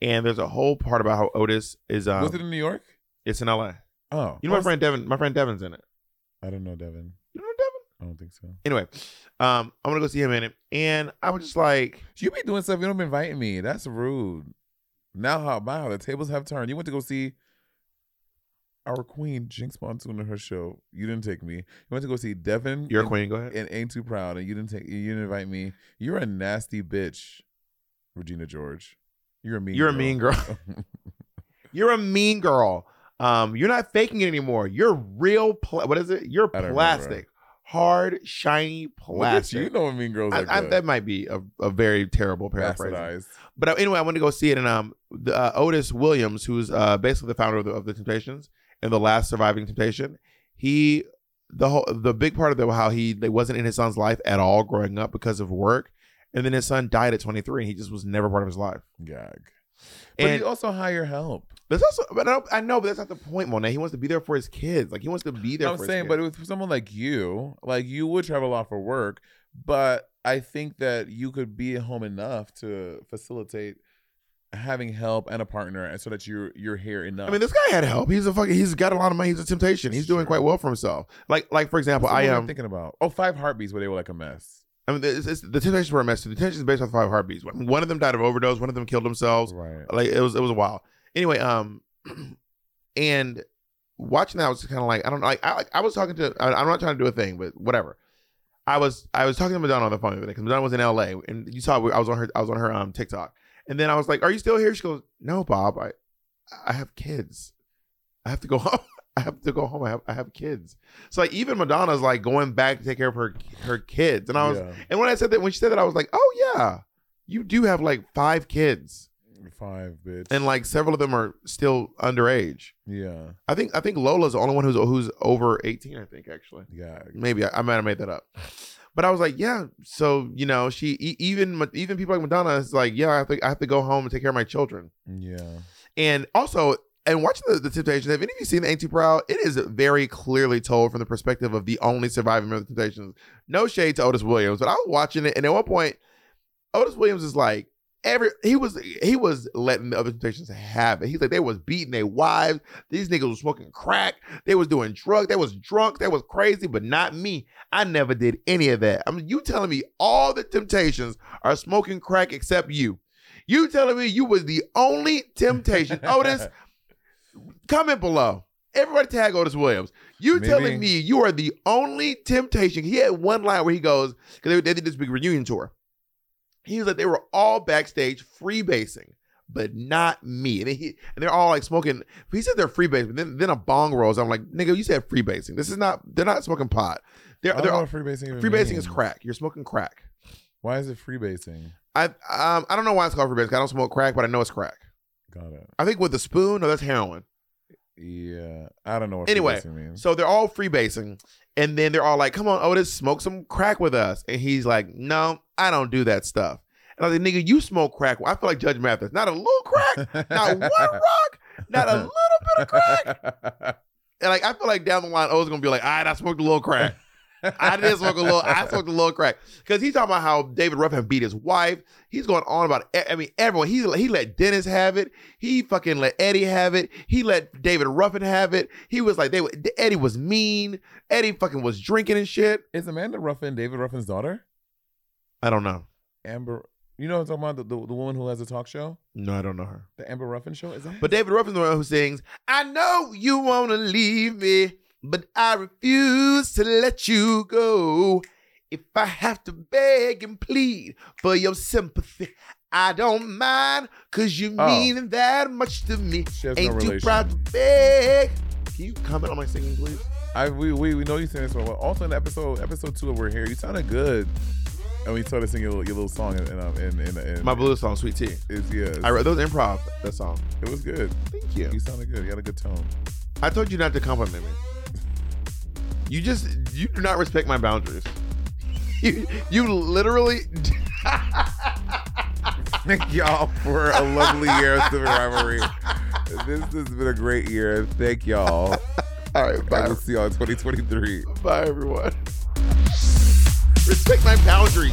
S4: and there's a whole part about how Otis is um,
S9: was it in New York?
S4: it's in L.A.
S9: Oh,
S4: You know my friend Devin, my friend Devin's in it.
S9: I don't know Devin.
S4: You know Devin.
S9: I don't think so.
S4: Anyway, um, I'm gonna go see him in it, and I was just like,
S9: You be doing stuff you don't be inviting me. That's rude. Now how wow, the tables have turned. You went to go see our queen Jinx Monsoon and her show. You didn't take me. You went to go see Devin.
S4: "You're a
S9: and-
S4: queen, go ahead."
S9: and ain't too proud and you didn't take you didn't invite me you're a nasty bitch regina george you're a mean
S4: You're a
S9: girl.
S4: mean girl. *laughs* You're a mean girl. Um, you're not faking it anymore. You're real. Pl- what is it? You're
S9: I don't remember.
S4: plastic, hard, shiny
S9: Look at
S4: plastic.
S9: you You know *laughs* what mean girls
S4: I,
S9: like
S4: I,
S9: that.
S4: that might be a, a very terrible paraphrase.
S9: Bastardized.
S4: But uh, anyway, I went to go see it, and um, the, uh, Otis Williams, who's uh, basically the founder of the, of the Temptations and the last surviving Temptation, he the whole the big part of the, how he they wasn't in his son's life at all growing up because of work, and then his son died at 23, and he just was never part of his life.
S9: gag but
S4: And
S9: you also hire help
S4: that's also, but I, don't, I know, but that's not the point, Monet. He wants to be there for his kids. Like he wants to be there.
S9: i'm
S4: for his
S9: saying
S4: kids.
S9: but with someone like you like you would travel a lot for work but i think that you could be at home enough to facilitate having help and a partner and so that you're you're here enough
S4: I mean, this guy had help. He's a fucking. He's got a lot of money. He's a temptation. He's doing
S9: Sure.
S4: quite well for himself. Like, like for example,
S9: What's
S4: I um,
S9: the one I'm
S4: am.
S9: thinking about oh five heartbeats where they were like a mess
S4: I mean, it's, it's, the temptations were a mess. The temptations is based off five heartbeats. One one of them died of overdose. One of them killed themselves.
S9: right
S4: Like it was, it was wild. Anyway, um, *clears throat* and watching that I was kind of like I don't know. Like I, like, I was talking to. I, I'm not trying to do a thing, but whatever. I was I was talking to Madonna on the phone the other because Madonna was in L.A. and you saw I was on her I was on her um TikTok, and then I was like, "Are you still here?" She goes, "No, Bob. I I have kids. I have to go *laughs* home." I have to go home. I have I have kids. So like even Madonna's like going back to take care of her her kids. And I was
S9: Yeah.
S4: and when I said that when she said that I was like, "Oh yeah. You do have like 5 kids
S9: Five, bitch.
S4: and like several of them are still underage."
S9: yeah,
S4: I think I think Lola's the only one who's who's over 18, I think actually.
S9: yeah.
S4: Maybe I, I might have made that up. But I was like, yeah, so you know, she e- even Ma- even people like Madonna is like, yeah, I have to I have to go home and take care of my children. *laughs*
S9: Yeah.
S4: And also, and watching the, the Temptations, have any of you seen the Ain't Too Proud? It is very clearly told from the perspective of the only surviving member of the Temptations. No shade to Otis Williams, but I was watching it, and at one point, Otis Williams is like, every he was he was letting the other Temptations have it. He's like, they was beating their wives. These niggas was smoking crack. They was doing drugs. They was drunk. They was crazy, but not me. I never did any of that. I mean, you telling me all the Temptations are smoking crack except you. You telling me you was the only
S9: *laughs*
S4: temptation. Otis, comment below. Everybody tag Otis Williams. You
S9: Maybe.
S4: telling me you are the only temptation. He had one line where he goes, because they, they did this big reunion tour. He was like, they were all backstage freebasing, but not me. And, then he, and they're all like smoking. He said they're freebasing, but then, then a bong rolls. I'm like, nigga, you said freebasing. This is not, they're not smoking pot. They're,
S9: I
S4: they're
S9: don't know
S4: all,
S9: what freebasing. even
S4: freebasing is
S9: means.
S4: crack. You're smoking crack.
S9: Why is it freebasing?
S4: I um I don't know why it's called freebasing. I don't smoke crack, but I know it's crack.
S9: Got it.
S4: I think with a spoon, no, that's heroin.
S9: Yeah, I don't know what
S4: Anyway,
S9: freebasing means.
S4: So they're all freebasing, and then they're all like, "Come on, Otis, smoke some crack with us." And he's like, "No, I don't do that stuff." And I was like, "Nigga, you smoke crack." I feel like Judge Mathis. Not a little crack, not
S9: *laughs*
S4: one rock, not a little bit of crack. And like, I feel like down the line, Otis gonna be like, "All right, I smoked a little crack." I did smoke a little. I smoked a little crack because he's talking about how David Ruffin beat his wife. He's going on about. e- I mean, everyone. He he let Dennis have it. He fucking let Eddie have it. He let David Ruffin have it. He was like they. were- Eddie was mean. Eddie fucking was drinking and shit.
S9: *laughs* Is Amanda Ruffin David Ruffin's daughter?
S4: I don't know.
S9: Amber, you know what I'm talking about? The, the, the woman who has a talk show?
S4: No, I don't know her.
S9: The Amber Ruffin show? Is that?
S4: But David Ruffin's the one who sings. I know you wanna leave me, but I refuse to let you go. If I have to beg and plead for your sympathy, I don't mind, cause you
S9: Oh.
S4: mean that much to me.
S9: She has no
S4: Ain't too
S9: relation.
S4: proud to beg. Can you comment on my singing, please?
S9: I we, we we know you sang this one. Also in episode episode two of We're Here, you sounded good. And we started singing your little, your little song and and, and, and, and
S4: My blues song, Sweet Tea.
S9: is yeah.
S4: I wrote those improv, that song.
S9: it was good.
S4: Thank
S9: You sounded good. You had a good tone. *laughs*
S4: I told you not to compliment me. You just you do not respect my boundaries. *laughs* You you literally *laughs*
S9: Thank y'all for a lovely year of
S4: *laughs*
S9: Civil Rivalry. This has been a great year.
S4: *laughs*
S9: Thank y'all.
S4: All right,
S9: I
S4: bye
S9: will see y'all in 2023.
S4: bye everyone. Respect my boundaries.